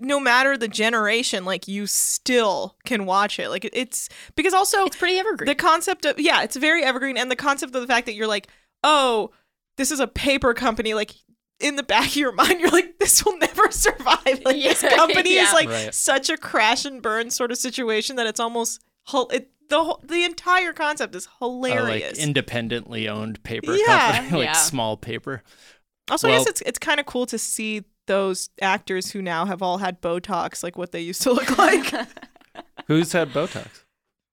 Speaker 6: No matter the generation, like you still can watch it. Like it- it's because also
Speaker 3: It's pretty evergreen.
Speaker 6: the concept of yeah, it's very evergreen, and the concept of the fact that you're like, oh, this is a paper company, like. In the back of your mind, you're like, "This will never survive." Like this
Speaker 3: Yeah,
Speaker 6: company is
Speaker 3: yeah.
Speaker 6: like
Speaker 1: Right.
Speaker 6: such a crash and burn sort of situation that it's almost hul- it, the whole, the entire concept is
Speaker 1: Uh, like
Speaker 6: hilarious.
Speaker 1: independently owned paper
Speaker 6: Yeah.
Speaker 1: company, like
Speaker 3: Yeah.
Speaker 1: small paper.
Speaker 6: Also, I
Speaker 1: Well-
Speaker 6: guess it's it's kind of cool to see those actors who now have all had Botox, like what they used to look like.
Speaker 1: Who's had Botox?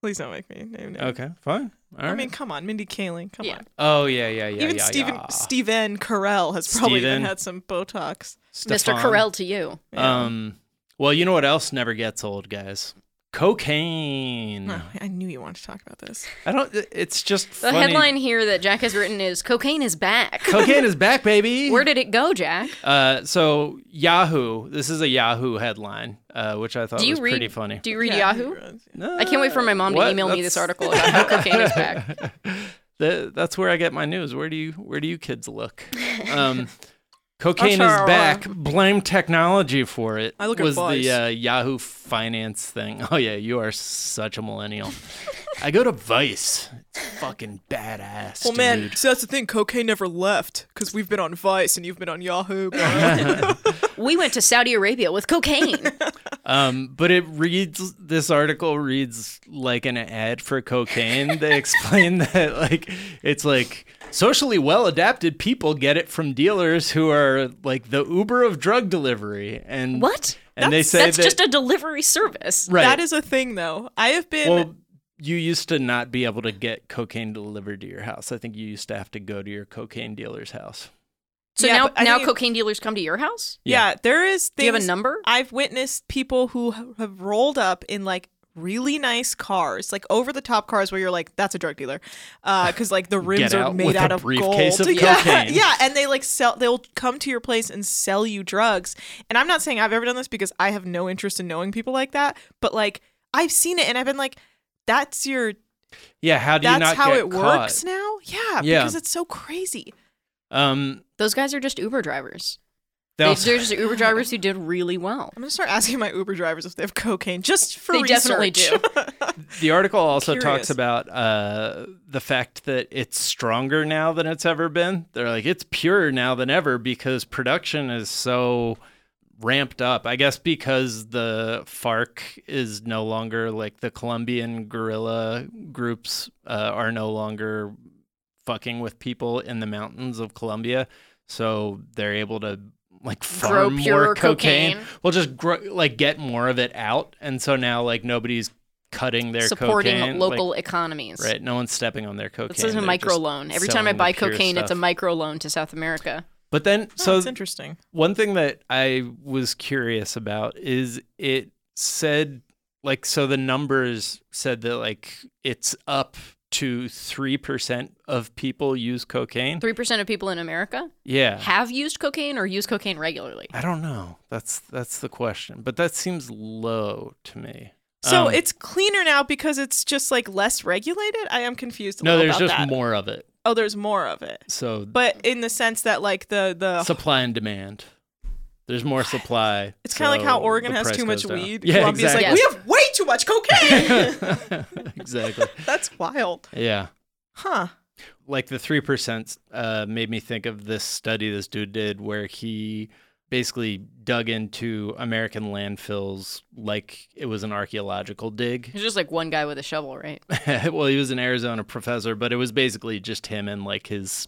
Speaker 6: Please don't make me name names.
Speaker 1: Okay, fine. All right.
Speaker 6: I mean, come on, Mindy Kaling, come
Speaker 3: Yeah.
Speaker 6: on.
Speaker 1: oh yeah, yeah, yeah.
Speaker 6: even
Speaker 1: yeah,
Speaker 6: Steven
Speaker 1: yeah.
Speaker 6: Steven Carell has probably even
Speaker 1: Steven.
Speaker 6: had some Botox.
Speaker 3: Mr.
Speaker 1: Stefan.
Speaker 3: Carell to you.
Speaker 1: Um, well, you know what else never gets old, guys? Cocaine.
Speaker 6: Oh, I knew you wanted to talk about this.
Speaker 1: I don't. It's just
Speaker 3: The
Speaker 1: funny.
Speaker 3: headline here that Jack has written is "Cocaine is back."
Speaker 1: Cocaine is back, baby.
Speaker 3: Where did it go, Jack?
Speaker 1: Uh, so Yahoo. This is a Yahoo headline, uh, which I thought
Speaker 3: Do you
Speaker 1: was
Speaker 3: read?
Speaker 1: pretty funny.
Speaker 3: Do you read
Speaker 6: Yeah,
Speaker 3: Yahoo?
Speaker 1: No,
Speaker 3: I can't wait for my mom
Speaker 1: what?
Speaker 3: to email me
Speaker 1: That's-
Speaker 3: this article about how cocaine is back.
Speaker 1: Th- that's where I get my news. Where do you where do you kids look? Um, cocaine
Speaker 3: sure
Speaker 1: is
Speaker 3: I'll-
Speaker 1: back. Blame technology for it.
Speaker 6: I look at
Speaker 1: was
Speaker 6: boys.
Speaker 1: the uh, Yahoo Finance thing. Oh yeah, you are such a millennial. I go to Vice. It's fucking badass.
Speaker 6: Well, man,
Speaker 1: dude.
Speaker 6: so that's the thing. Cocaine never left because we've been on Vice and you've been on Yahoo.
Speaker 3: We went to Saudi Arabia with cocaine.
Speaker 1: Um, but it reads this article reads like an ad for cocaine. they explain that like it's like socially well adapted people get it from dealers who are like the Uber of drug delivery. And
Speaker 3: What?
Speaker 1: And they say
Speaker 3: That's
Speaker 1: that,
Speaker 3: just a delivery service.
Speaker 1: right.
Speaker 6: That is a thing, though. I have been.
Speaker 1: well. You used to not be able to get cocaine delivered to your house. I think you used to have to go to your cocaine dealer's house.
Speaker 3: So
Speaker 6: Yeah,
Speaker 3: now,
Speaker 6: but I
Speaker 3: now
Speaker 6: think-
Speaker 3: cocaine dealers come to your house.
Speaker 6: yeah. there is.
Speaker 3: Do you have a
Speaker 6: things-
Speaker 3: number?
Speaker 6: I've witnessed people who ha- have rolled up in like really nice cars, like over the top cars, where you're like, "That's a drug dealer," because like the rims
Speaker 1: Get
Speaker 6: are
Speaker 1: out
Speaker 6: made
Speaker 1: with
Speaker 6: out
Speaker 1: a
Speaker 6: of
Speaker 1: briefcase
Speaker 6: gold.
Speaker 1: of
Speaker 6: yeah,
Speaker 1: cocaine.
Speaker 6: yeah, and they like sell. They'll come to your place and sell you drugs. And I'm not saying I've ever done this because I have no interest in knowing people like that, but like I've seen it and I've been like, "That's your.
Speaker 1: Yeah, how do you not
Speaker 6: That's how
Speaker 1: get
Speaker 6: it
Speaker 1: caught?
Speaker 6: works now." Yeah,
Speaker 1: Yeah.
Speaker 6: because it's so crazy.
Speaker 1: Um,
Speaker 3: Those guys are just Uber drivers.
Speaker 1: they
Speaker 3: They,
Speaker 1: also-
Speaker 3: they're just Uber drivers who did really well.
Speaker 6: I'm gonna start asking my Uber drivers if they have cocaine just for
Speaker 3: They definitely
Speaker 6: research.
Speaker 3: do.
Speaker 1: The article also
Speaker 6: Curious.
Speaker 1: talks about uh, the fact that it's stronger now than it's ever been. They're like, it's purer now than ever because production is so ramped up. I guess because the FARC is no longer like the Colombian guerrilla groups uh, are no longer fucking with people in the mountains of Colombia. So they're able to like
Speaker 3: Grow
Speaker 1: farm
Speaker 3: pure
Speaker 1: more cocaine.
Speaker 3: cocaine.
Speaker 1: Well, just grow, like get more of it out, and so now like nobody's cutting their
Speaker 3: supporting
Speaker 1: cocaine,
Speaker 3: local
Speaker 1: like-
Speaker 3: economies.
Speaker 1: right? No one's stepping on their cocaine.
Speaker 3: This is a
Speaker 1: They're just
Speaker 3: micro loan. Every time I
Speaker 1: selling the
Speaker 3: buy
Speaker 1: pure
Speaker 3: cocaine, it's a Oh,
Speaker 1: stuff.
Speaker 3: micro loan to South America.
Speaker 1: But then,
Speaker 6: So
Speaker 1: so
Speaker 6: it's interesting.
Speaker 1: one thing that I was curious about is it said like so the numbers said that like it's up to three percent of people use cocaine.
Speaker 3: Three percent of people in America
Speaker 1: Yeah.
Speaker 3: have used cocaine or use cocaine regularly.
Speaker 1: I don't know. That's that's the question. But that seems low to me.
Speaker 6: So
Speaker 1: Um,
Speaker 6: it's cleaner now because it's just like less regulated. I am confused. A
Speaker 1: no,
Speaker 6: little
Speaker 1: there's
Speaker 6: about
Speaker 1: just
Speaker 6: that.
Speaker 1: more of it.
Speaker 6: Oh, there's more of it,
Speaker 1: So
Speaker 6: but in the sense that like the the
Speaker 1: supply and demand. There's more supply.
Speaker 6: it's kind of like
Speaker 1: so
Speaker 6: how Oregon
Speaker 1: the
Speaker 6: has
Speaker 1: price
Speaker 6: too much
Speaker 1: goes down.
Speaker 6: weed.
Speaker 1: Yeah,
Speaker 6: Columbia's
Speaker 1: exactly.
Speaker 6: like we have way too much cocaine.
Speaker 1: exactly.
Speaker 6: That's wild,
Speaker 1: Yeah.
Speaker 6: huh?
Speaker 1: like the three percent uh, made me think of this study this dude did where he basically dug into American landfills like it was an archaeological dig.
Speaker 3: It's just like one guy with a shovel, right?
Speaker 1: well, he was an Arizona professor, but it was basically just him and like his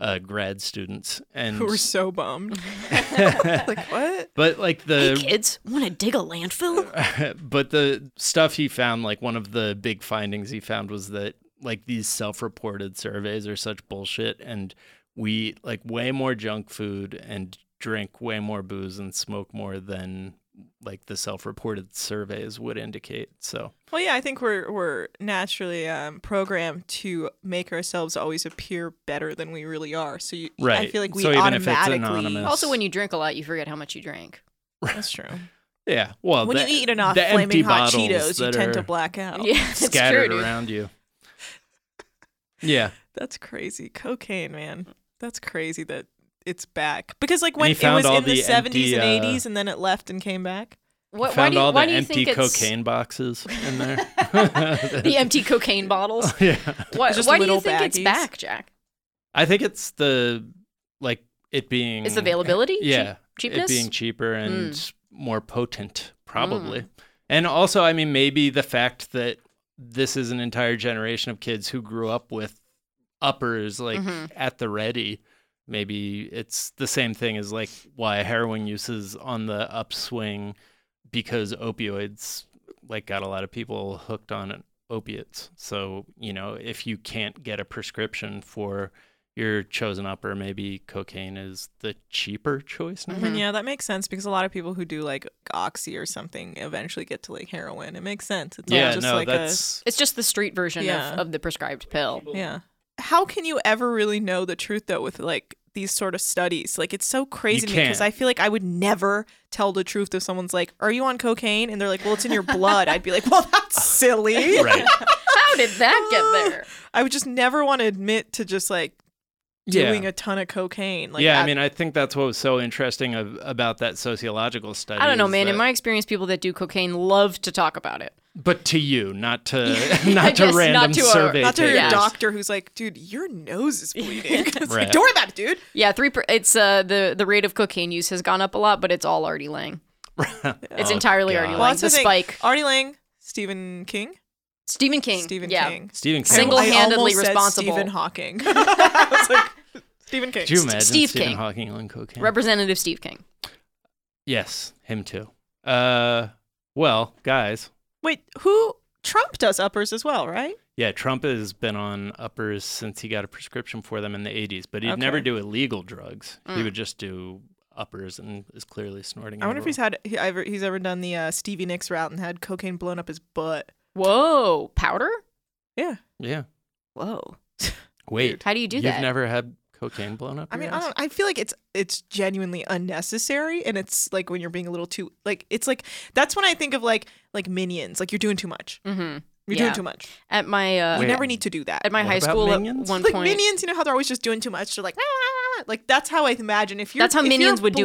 Speaker 1: uh, grad students. And
Speaker 6: Who were so bummed. like what?
Speaker 1: but like the
Speaker 3: Kids want to dig a landfill?
Speaker 1: but the stuff he found, like one of the big findings he found was that like these self-reported surveys are such bullshit, and we eat like way more junk food and drink way more booze and smoke more than like the self-reported surveys would indicate. So
Speaker 6: Well, yeah, I think we're we're naturally um, programmed to make ourselves always appear better than we really are. So you, I
Speaker 1: Right.
Speaker 6: feel like we
Speaker 1: So even if it's
Speaker 6: automatically.
Speaker 1: anonymous.
Speaker 3: also, when you drink a lot, you forget how much you drank.
Speaker 6: That's true.
Speaker 1: yeah, well,
Speaker 6: when
Speaker 1: the-
Speaker 6: you eat enough
Speaker 1: the empty
Speaker 6: flaming hot
Speaker 1: bottles
Speaker 6: Cheetos, you
Speaker 1: that
Speaker 6: tend to
Speaker 1: are
Speaker 6: black out.
Speaker 3: yeah, that's
Speaker 1: Oh. scattered
Speaker 3: true, dude.
Speaker 1: around you. Yeah,
Speaker 6: That's crazy. Cocaine, man. That's crazy that it's back because like when
Speaker 1: he
Speaker 6: it
Speaker 1: found
Speaker 6: was
Speaker 1: all
Speaker 6: in the
Speaker 1: the
Speaker 6: seventies and
Speaker 1: empty, uh,
Speaker 6: eighties, and then it left and came back.
Speaker 3: What, why
Speaker 1: found
Speaker 3: do you,
Speaker 1: all
Speaker 3: why
Speaker 1: the
Speaker 3: do you
Speaker 1: empty
Speaker 3: think it's
Speaker 1: cocaine boxes in there.
Speaker 3: the empty cocaine bottles?
Speaker 1: yeah.
Speaker 3: Why,
Speaker 6: Just
Speaker 3: why do you
Speaker 6: little
Speaker 3: think it's
Speaker 6: baggies.
Speaker 3: back, Jack?
Speaker 1: I think it's the like it being
Speaker 3: Is availability? Cheap-
Speaker 1: Mm. yeah
Speaker 3: cheapness? Hmm.
Speaker 1: it being cheaper and more potent probably, and also I mean maybe the fact that this is an entire generation of kids who grew up with uppers like
Speaker 3: Mm-hmm.
Speaker 1: at the ready. Maybe it's the same thing as like why heroin use is on the upswing because opioids like got a lot of people hooked on opiates. So, you know, if you can't get a prescription for your chosen upper, maybe cocaine is the cheaper choice now.
Speaker 3: Mm-hmm.
Speaker 6: And yeah, that makes sense because a lot of people who do like oxy or something eventually get to like heroin. It makes sense. It's not
Speaker 1: Yeah,
Speaker 6: just
Speaker 1: no,
Speaker 6: like a
Speaker 1: that's
Speaker 3: It's just the street version
Speaker 6: Yeah.
Speaker 3: of, of the prescribed pill.
Speaker 6: Yeah. How can you ever really know the truth though with like these sort of studies? Like it's so crazy to me because
Speaker 1: can't.
Speaker 6: I feel like I would never tell the truth if someone's like, "Are you on cocaine?" and they're like, "Well, it's in your blood." I'd be like, "Well, that's silly."
Speaker 1: right.
Speaker 3: How did that get there?
Speaker 6: I would just never want to admit to just like
Speaker 1: Yeah.
Speaker 6: doing a ton of cocaine. Like
Speaker 1: yeah, I
Speaker 6: at-
Speaker 1: mean, I think that's what was so interesting of, about that sociological study.
Speaker 3: I don't know,
Speaker 1: is uh,
Speaker 3: man. In
Speaker 1: that-
Speaker 3: my experience, people that do cocaine love to talk about it.
Speaker 1: but to you, not to
Speaker 3: I
Speaker 1: not to
Speaker 3: guess not
Speaker 1: random
Speaker 3: to our-
Speaker 1: survey.
Speaker 6: not to your
Speaker 3: Yeah.
Speaker 1: takers.
Speaker 6: doctor who's like, "Dude, your nose is bleeding." It's like,
Speaker 1: Right.
Speaker 6: Don't worry about it, dude.
Speaker 3: Yeah, three. Per- it's uh the the rate of cocaine use has gone up a lot, but it's all Artie Lang. It's entirely Artie
Speaker 1: Oh, God.
Speaker 3: Lang.
Speaker 1: Well,
Speaker 6: that's
Speaker 3: the
Speaker 6: thing.
Speaker 3: spike.
Speaker 6: Artie Lang, Stephen King,
Speaker 3: Stephen King.
Speaker 6: Stephen
Speaker 3: yeah.
Speaker 6: King.
Speaker 1: Stephen King.
Speaker 3: Single-
Speaker 1: Single.
Speaker 3: Single-handedly
Speaker 6: I almost said
Speaker 3: responsible.
Speaker 6: Stephen Hawking. I was like, Stephen King.
Speaker 1: Do you imagine
Speaker 3: Steve
Speaker 1: Stephen
Speaker 3: King.
Speaker 1: Hawking on cocaine?
Speaker 3: Representative Steve King.
Speaker 1: yes, him too. Uh, well, guys,
Speaker 6: Wait, who? Trump does uppers as well, right?
Speaker 1: Yeah, Trump has been on uppers since he got a prescription for them in the 80s, but he'd
Speaker 6: Okay.
Speaker 1: never do illegal drugs.
Speaker 3: Mm.
Speaker 1: He would just do uppers and is clearly snorting.
Speaker 6: I wonder if he's
Speaker 1: everyone.
Speaker 6: had he ever, he's ever done the uh, Stevie Nicks route and had cocaine blown up his butt.
Speaker 3: Whoa, powder.
Speaker 6: Yeah,
Speaker 1: Yeah.
Speaker 3: Whoa.
Speaker 1: Wait.
Speaker 3: How do you do
Speaker 1: You've
Speaker 3: that?
Speaker 1: never had cocaine blown up?
Speaker 6: I mean,
Speaker 1: your
Speaker 6: I
Speaker 1: ass?
Speaker 6: don't. I feel like it's it's genuinely unnecessary, and it's like when you're being a little too like it's like that's when I think of like like minions, like you're doing too much.
Speaker 3: Mm-hmm.
Speaker 6: You're
Speaker 3: Yeah.
Speaker 6: doing too much.
Speaker 3: At my uh,
Speaker 6: You
Speaker 1: Wait.
Speaker 6: never need to do that.
Speaker 3: at my
Speaker 1: What
Speaker 3: high
Speaker 1: about
Speaker 3: school,
Speaker 1: Minions?
Speaker 3: at one
Speaker 6: like
Speaker 3: point,
Speaker 6: minions, you know how they're always just doing too much. They're like, "Wah, wah, wah, wah." like that's how I imagine. If you're
Speaker 3: That's how
Speaker 6: if you're
Speaker 3: minions would do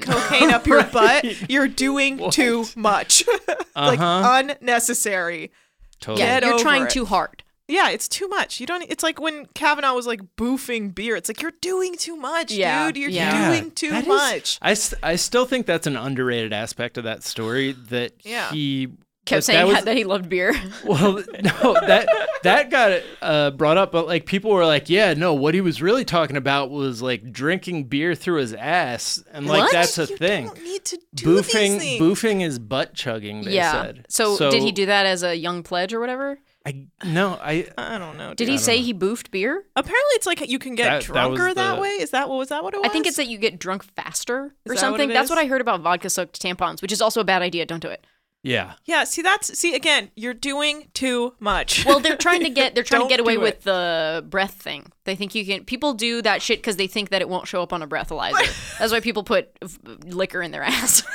Speaker 3: cocaine.
Speaker 6: cocaine up your butt, you're doing
Speaker 1: What?
Speaker 6: too much, like
Speaker 1: Uh-huh.
Speaker 6: unnecessary.
Speaker 1: Totally.
Speaker 3: yeah,
Speaker 6: Get
Speaker 3: you're
Speaker 6: over
Speaker 3: trying
Speaker 6: it.
Speaker 3: too hard.
Speaker 6: Yeah, it's too much. You don't. It's like when Kavanaugh was like boofing beer. It's like you're doing too much,
Speaker 3: Yeah.
Speaker 6: dude. You're
Speaker 3: Yeah.
Speaker 6: doing too
Speaker 1: That is-
Speaker 6: much.
Speaker 1: I, s- I still think that's an underrated aspect of that story that
Speaker 6: Yeah.
Speaker 1: he
Speaker 3: Kept
Speaker 1: that
Speaker 3: saying
Speaker 1: was-
Speaker 3: that, that he loved beer.
Speaker 1: Well, no, that that got uh, brought up, but like people were like, "Yeah, no, what he was really talking about was like drinking beer through his ass," and like
Speaker 3: What?
Speaker 1: that's a
Speaker 6: you
Speaker 1: thing.
Speaker 6: don't need to do
Speaker 1: boofing
Speaker 6: these things.
Speaker 1: boofing is butt chugging they
Speaker 3: yeah.
Speaker 1: said
Speaker 3: So, did he do that as a young pledge or whatever?
Speaker 1: I, no i
Speaker 6: I don't know.
Speaker 3: Did
Speaker 6: dude.
Speaker 3: he say he boofed beer?
Speaker 6: Apparently, it's like you can get
Speaker 1: That- that was
Speaker 6: drunker that,
Speaker 1: the-
Speaker 6: way. Is that what was that what it was?
Speaker 3: I think it's that you get drunk faster
Speaker 6: Is that
Speaker 3: or
Speaker 6: what
Speaker 3: something.
Speaker 6: it
Speaker 3: That's
Speaker 6: is?
Speaker 3: what I heard about vodka soaked tampons, which is also a bad idea. Don't do it.
Speaker 1: yeah
Speaker 6: yeah. See, that's see again. You're doing too much.
Speaker 3: Well, they're trying to get they're trying to
Speaker 6: Don't
Speaker 3: get away
Speaker 6: do
Speaker 3: with
Speaker 6: it.
Speaker 3: the breath thing. They think you can people do that shit because they think that it won't show up on a breathalyzer. That's why people put f- liquor in their ass.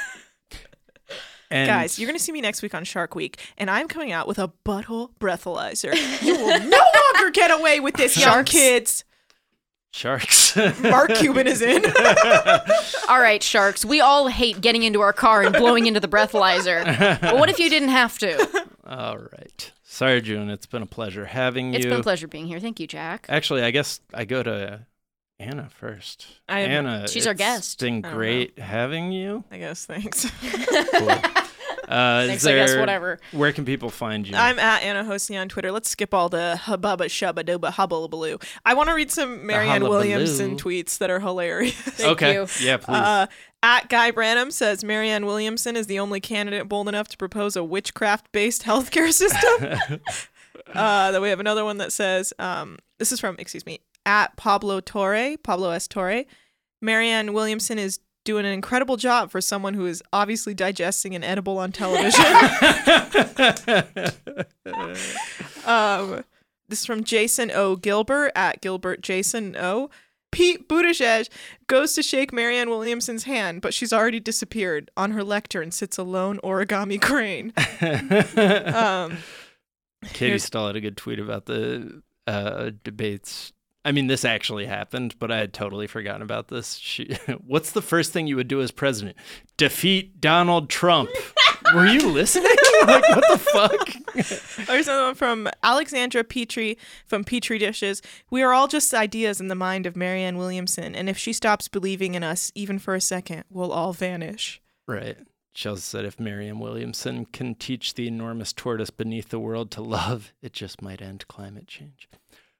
Speaker 1: and
Speaker 6: Guys, you're going to see me next week on Shark Week, and I'm coming out with a butthole breathalyzer. You will no longer get away with this, young
Speaker 3: Sharks.
Speaker 6: kids.
Speaker 1: sharks
Speaker 6: Mark Cuban is in.
Speaker 3: all right, sharks, we all hate getting into our car and blowing into the breathalyzer. But what if you didn't have to?
Speaker 1: All right. Sorry, June. It's been a pleasure having you.
Speaker 3: It's been a pleasure being here. Thank you, Uh, Jack.
Speaker 1: Actually, I guess I go to Anna first.
Speaker 6: I have-
Speaker 1: Anna,
Speaker 3: She's our
Speaker 1: it's
Speaker 3: guest.
Speaker 1: Been
Speaker 6: I don't know.
Speaker 1: great having you.
Speaker 6: I guess. Thanks.
Speaker 1: Cool. Uh,
Speaker 3: Thanks,
Speaker 1: is
Speaker 3: I
Speaker 1: there,
Speaker 3: guess, whatever.
Speaker 1: Where can people find you?
Speaker 6: I'm at Anna Hosni on Twitter. Let's skip all the hubba shubba doba hubba baloo. I want to read some Marianne
Speaker 1: hullabaloo.
Speaker 6: Williamson tweets that are hilarious.
Speaker 3: Thank
Speaker 1: okay.
Speaker 3: you.
Speaker 1: Yeah, please.
Speaker 6: Uh, at Guy Branham says Marianne Williamson is the only candidate bold enough to propose a witchcraft based healthcare system. uh, then we have another one that says um, this is from, excuse me, at Pablo Torre, Pablo S. Torre. Marianne Williamson is doing an incredible job for someone who is obviously digesting an edible on television. um, this is from Jason O. Gilbert at Gilbert Jason O. Pete Buttigieg goes to shake Marianne Williamson's hand, but she's already disappeared. On her lectern sits a lone origami crane. Um,
Speaker 1: Katie Stahl had a good tweet about the uh, debates. I mean, this actually happened, but I had totally forgotten about this. She, what's the first thing you would do as president? Defeat Donald Trump. Were you listening? like, what the fuck?
Speaker 6: There's another one from Alexandra Petrie from Petrie Dishes. We are all just ideas in the mind of Marianne Williamson, and if she stops believing in us, even for a second, we'll all vanish.
Speaker 1: Right. Chelsea said if Merriam Williamson can teach the enormous tortoise beneath the world to love, it just might end climate change.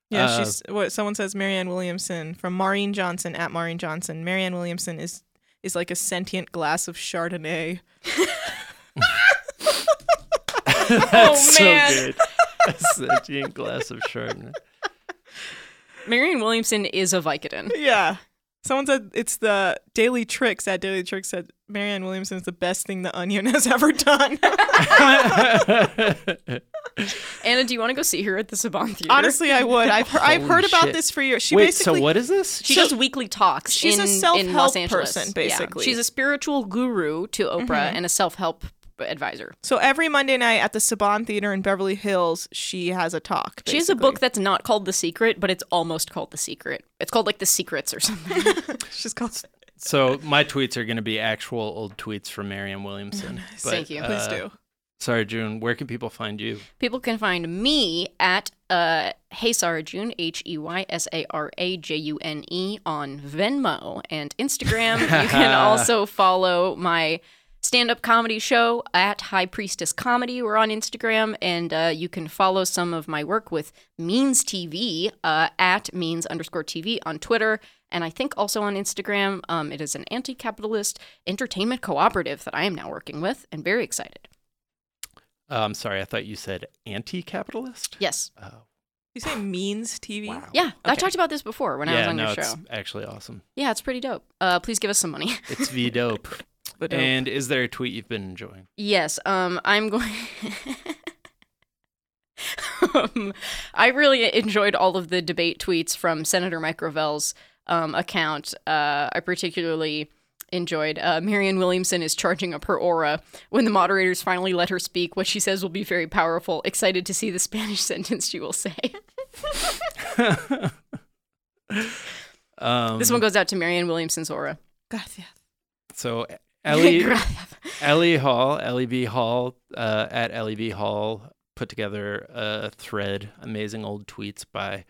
Speaker 6: Yeah,
Speaker 1: Uh,
Speaker 6: she's what someone says. Marianne Williamson from Maureen Johnson at Maureen Johnson. Marianne Williamson is is like a sentient glass of Chardonnay.
Speaker 1: That's
Speaker 3: Oh, man.
Speaker 1: so good. A sentient glass of Chardonnay.
Speaker 3: Marion Williamson is a Vicodin.
Speaker 6: Yeah. Someone said it's the Daily Tricks at Daily Tricks said Marianne Williamson is the best thing the Onion has ever done.
Speaker 3: Anna, do you want to go see her at the Saban Theater?
Speaker 6: Honestly, I would. I've heard, I've
Speaker 1: Holy
Speaker 6: heard about
Speaker 1: shit.
Speaker 6: this for years. She
Speaker 1: Wait,
Speaker 6: basically
Speaker 1: so what is this?
Speaker 3: She does weekly talks.
Speaker 6: she's a
Speaker 3: in- in
Speaker 6: self-help
Speaker 3: Los Angeles.
Speaker 6: person,
Speaker 3: Yeah.
Speaker 6: basically.
Speaker 3: She's a spiritual guru to Oprah and a self help advisor.
Speaker 6: So every Monday night at the Saban Theater in Beverly Hills, she has a talk.
Speaker 3: She has a
Speaker 6: basically.
Speaker 3: book that's not called The Secret, but it's almost called The Secret. It's called like The Secrets or something.
Speaker 6: She's called.
Speaker 1: So my tweets are going to be actual old tweets from Merriam Williamson. But,
Speaker 3: Thank you.
Speaker 6: Please
Speaker 1: uh,
Speaker 6: do.
Speaker 1: Sorry, June. Where can people find you?
Speaker 3: People can find me at uh, Hey Sarah June, H E Y S A R A J U N E, on Venmo and Instagram. you can also follow my stand up comedy show at High Priestess Comedy. We're on Instagram. And uh, you can follow some of my work with Means TV uh, at Means underscore TV on Twitter. And I think also on Instagram. Um, it is an anti capitalist entertainment cooperative that I am now working with and very excited.
Speaker 1: Uh, I'm sorry, I thought you said anti-capitalist.
Speaker 3: Yes.
Speaker 1: Oh,
Speaker 6: You say means TV?
Speaker 3: Yeah, I
Speaker 6: Okay.
Speaker 3: talked about this before when I was
Speaker 1: yeah.
Speaker 3: on
Speaker 1: No,
Speaker 3: your show.
Speaker 1: it's actually awesome.
Speaker 3: Yeah, it's pretty dope. Uh, please give us some money.
Speaker 1: It's V dope.
Speaker 6: But, uh,
Speaker 1: and is there a tweet you've been enjoying?
Speaker 3: yes, um, I'm going. um, I really enjoyed all of the debate tweets from Senator Mike Rovell's um, account. Uh, I particularly enjoyed uh, Marianne Williamson is charging up her aura. When the moderators finally let her speak, what she says will be very powerful. Excited to see the Spanish sentence she will say.
Speaker 1: Um,
Speaker 3: this one goes out to Marianne Williamson's aura.
Speaker 6: Gracias.
Speaker 1: So Ellie, Ellie Hall, Ellie V Hall, uh, at Ellie V Hall, put together a thread, amazing old tweets by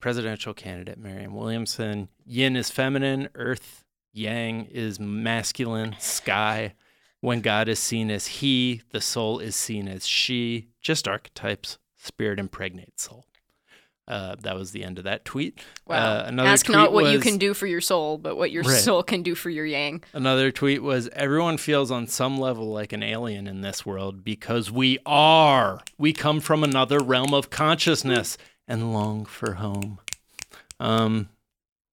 Speaker 1: presidential candidate Marianne Williamson. Yin is feminine, earth, yang is masculine, sky. When God is seen as he, the soul is seen as she. Just archetypes, spirit impregnates soul. Uh, that was the end of that tweet.
Speaker 3: Wow.
Speaker 1: Uh, another
Speaker 3: Ask not
Speaker 1: tweet
Speaker 3: what you
Speaker 1: was-
Speaker 3: can do for your soul, but what your
Speaker 1: Right.
Speaker 3: soul can do for your yang.
Speaker 1: Another tweet was Everyone feels on some level like an alien in this world because we are. We come from another realm of consciousness and long for home. Um,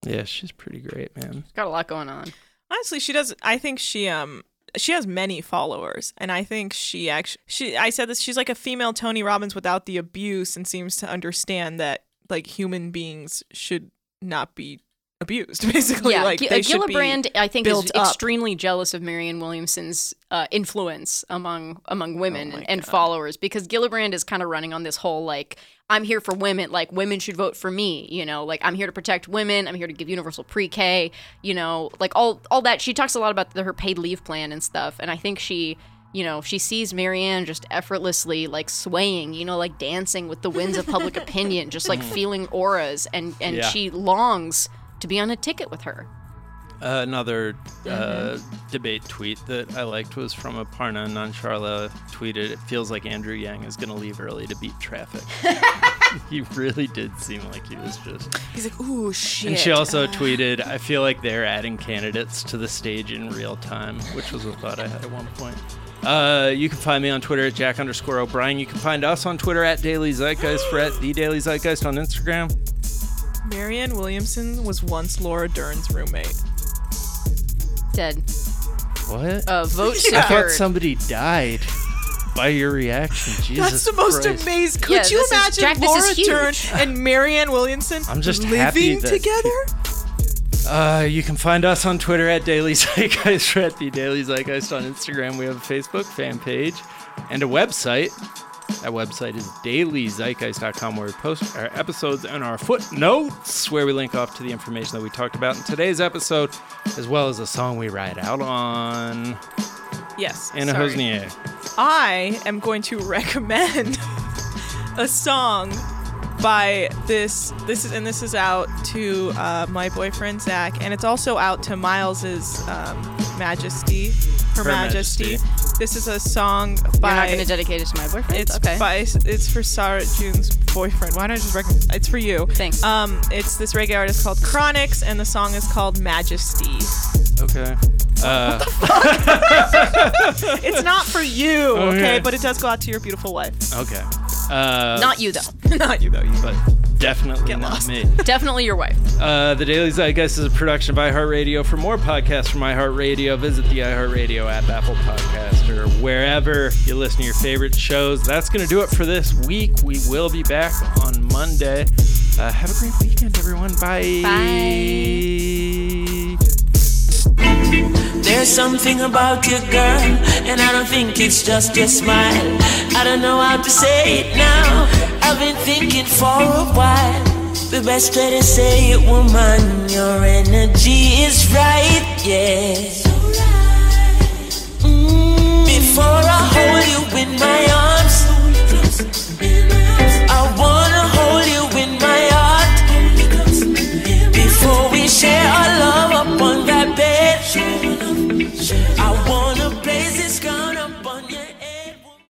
Speaker 1: yeah, she's pretty great, man.
Speaker 3: Got a lot going on.
Speaker 6: Honestly, she does. I think she um she has many followers, and I think she actually she I said this. She's like a female Tony Robbins without the abuse, and seems to understand that like human beings should not be abused. Basically,
Speaker 3: yeah,
Speaker 6: like
Speaker 3: Gi- uh,
Speaker 6: they should be-
Speaker 3: Gillibrand, I think, is
Speaker 6: built up.
Speaker 3: extremely jealous of Marianne Williamson's uh, influence among among women
Speaker 6: Oh my
Speaker 3: and
Speaker 6: God.
Speaker 3: followers because Gillibrand is kind of running on this whole like I'm here for women, like women should vote for me, you know, like I'm here to protect women, I'm here to give universal pre-K, you know, like all all that. She talks a lot about the, her paid leave plan and stuff, and I think she. you know, she sees Marianne just effortlessly like swaying, you know, like dancing with the winds of public opinion, just
Speaker 6: Mm.
Speaker 3: like feeling auras, and and
Speaker 1: Yeah.
Speaker 3: she longs to be on a ticket with her.
Speaker 1: Uh, another uh, debate tweet that I liked was from Aparna Nancharla tweeted, It feels like Andrew Yang is going to leave early to beat traffic. he really did seem like he was just.
Speaker 6: He's like, ooh, shit.
Speaker 1: And she also tweeted, I feel like they're adding candidates to the stage in real time, which was a thought I had at one point. Uh, you can find me on Twitter at Jack underscore O'Brien. You can find us on Twitter at Daily Zeitgeist, for at The Daily Zeitgeist on Instagram.
Speaker 6: Marianne Williamson was once Laura Dern's roommate.
Speaker 3: Dead.
Speaker 1: What?
Speaker 3: Uh, vote
Speaker 1: I
Speaker 3: secured.
Speaker 1: thought somebody died by your reaction. Jesus
Speaker 6: That's the most
Speaker 1: Christ.
Speaker 6: amazing. Could
Speaker 3: Yeah,
Speaker 6: you
Speaker 3: this is-
Speaker 6: imagine
Speaker 3: Jack, this
Speaker 6: Laura
Speaker 3: is huge.
Speaker 6: Dern and Marianne Williamson
Speaker 1: I'm just
Speaker 6: living
Speaker 1: happy that-
Speaker 6: together?
Speaker 1: Uh, you can find us on Twitter at Daily Zeitgeist or at the Daily Zeitgeist on Instagram. We have a Facebook fan page and a website. That website is dailyzeitgeist.com where we post our episodes and our footnotes where we link off to the information that we talked about in today's episode, as well as a song we ride out on.
Speaker 6: Yes.
Speaker 1: Anna
Speaker 6: sorry.
Speaker 1: Hosnier.
Speaker 6: I am going to recommend a song by this this is and this is out to uh, my boyfriend Zach and it's also out to Miles's um, Majesty,
Speaker 1: Her
Speaker 6: Her, Majesty. This is a song by
Speaker 3: You're not going to dedicate it to my boyfriend.
Speaker 6: It's
Speaker 3: okay.
Speaker 6: by it's for Sarah June's boyfriend. Why don't I just recommend? It's for you.
Speaker 3: Thanks.
Speaker 6: Um, it's this reggae artist called Chronix, and the song is called Majesty.
Speaker 1: Okay. Uh,
Speaker 6: It's not for you, okay?
Speaker 1: Okay.
Speaker 6: But it does go out to your beautiful wife.
Speaker 1: okay. Uh,
Speaker 3: Not you though.
Speaker 6: not you though. You.
Speaker 1: but definitely not
Speaker 6: lost.
Speaker 1: me.
Speaker 3: Definitely your wife.
Speaker 1: Uh, the Daily Zeitgeist is a production of iHeartRadio. For more podcasts from iHeartRadio, visit the iHeartRadio app, Apple Podcast, or wherever you listen to your favorite shows. That's going to do it for this week. We will be back on Monday. Uh, have a great weekend, everyone. Bye. Bye.
Speaker 7: There's something about your girl, and I don't think it's just your smile. I don't know how to say it now. I've been thinking for a while. The best way to say it, woman, your energy is right, yeah. Mm,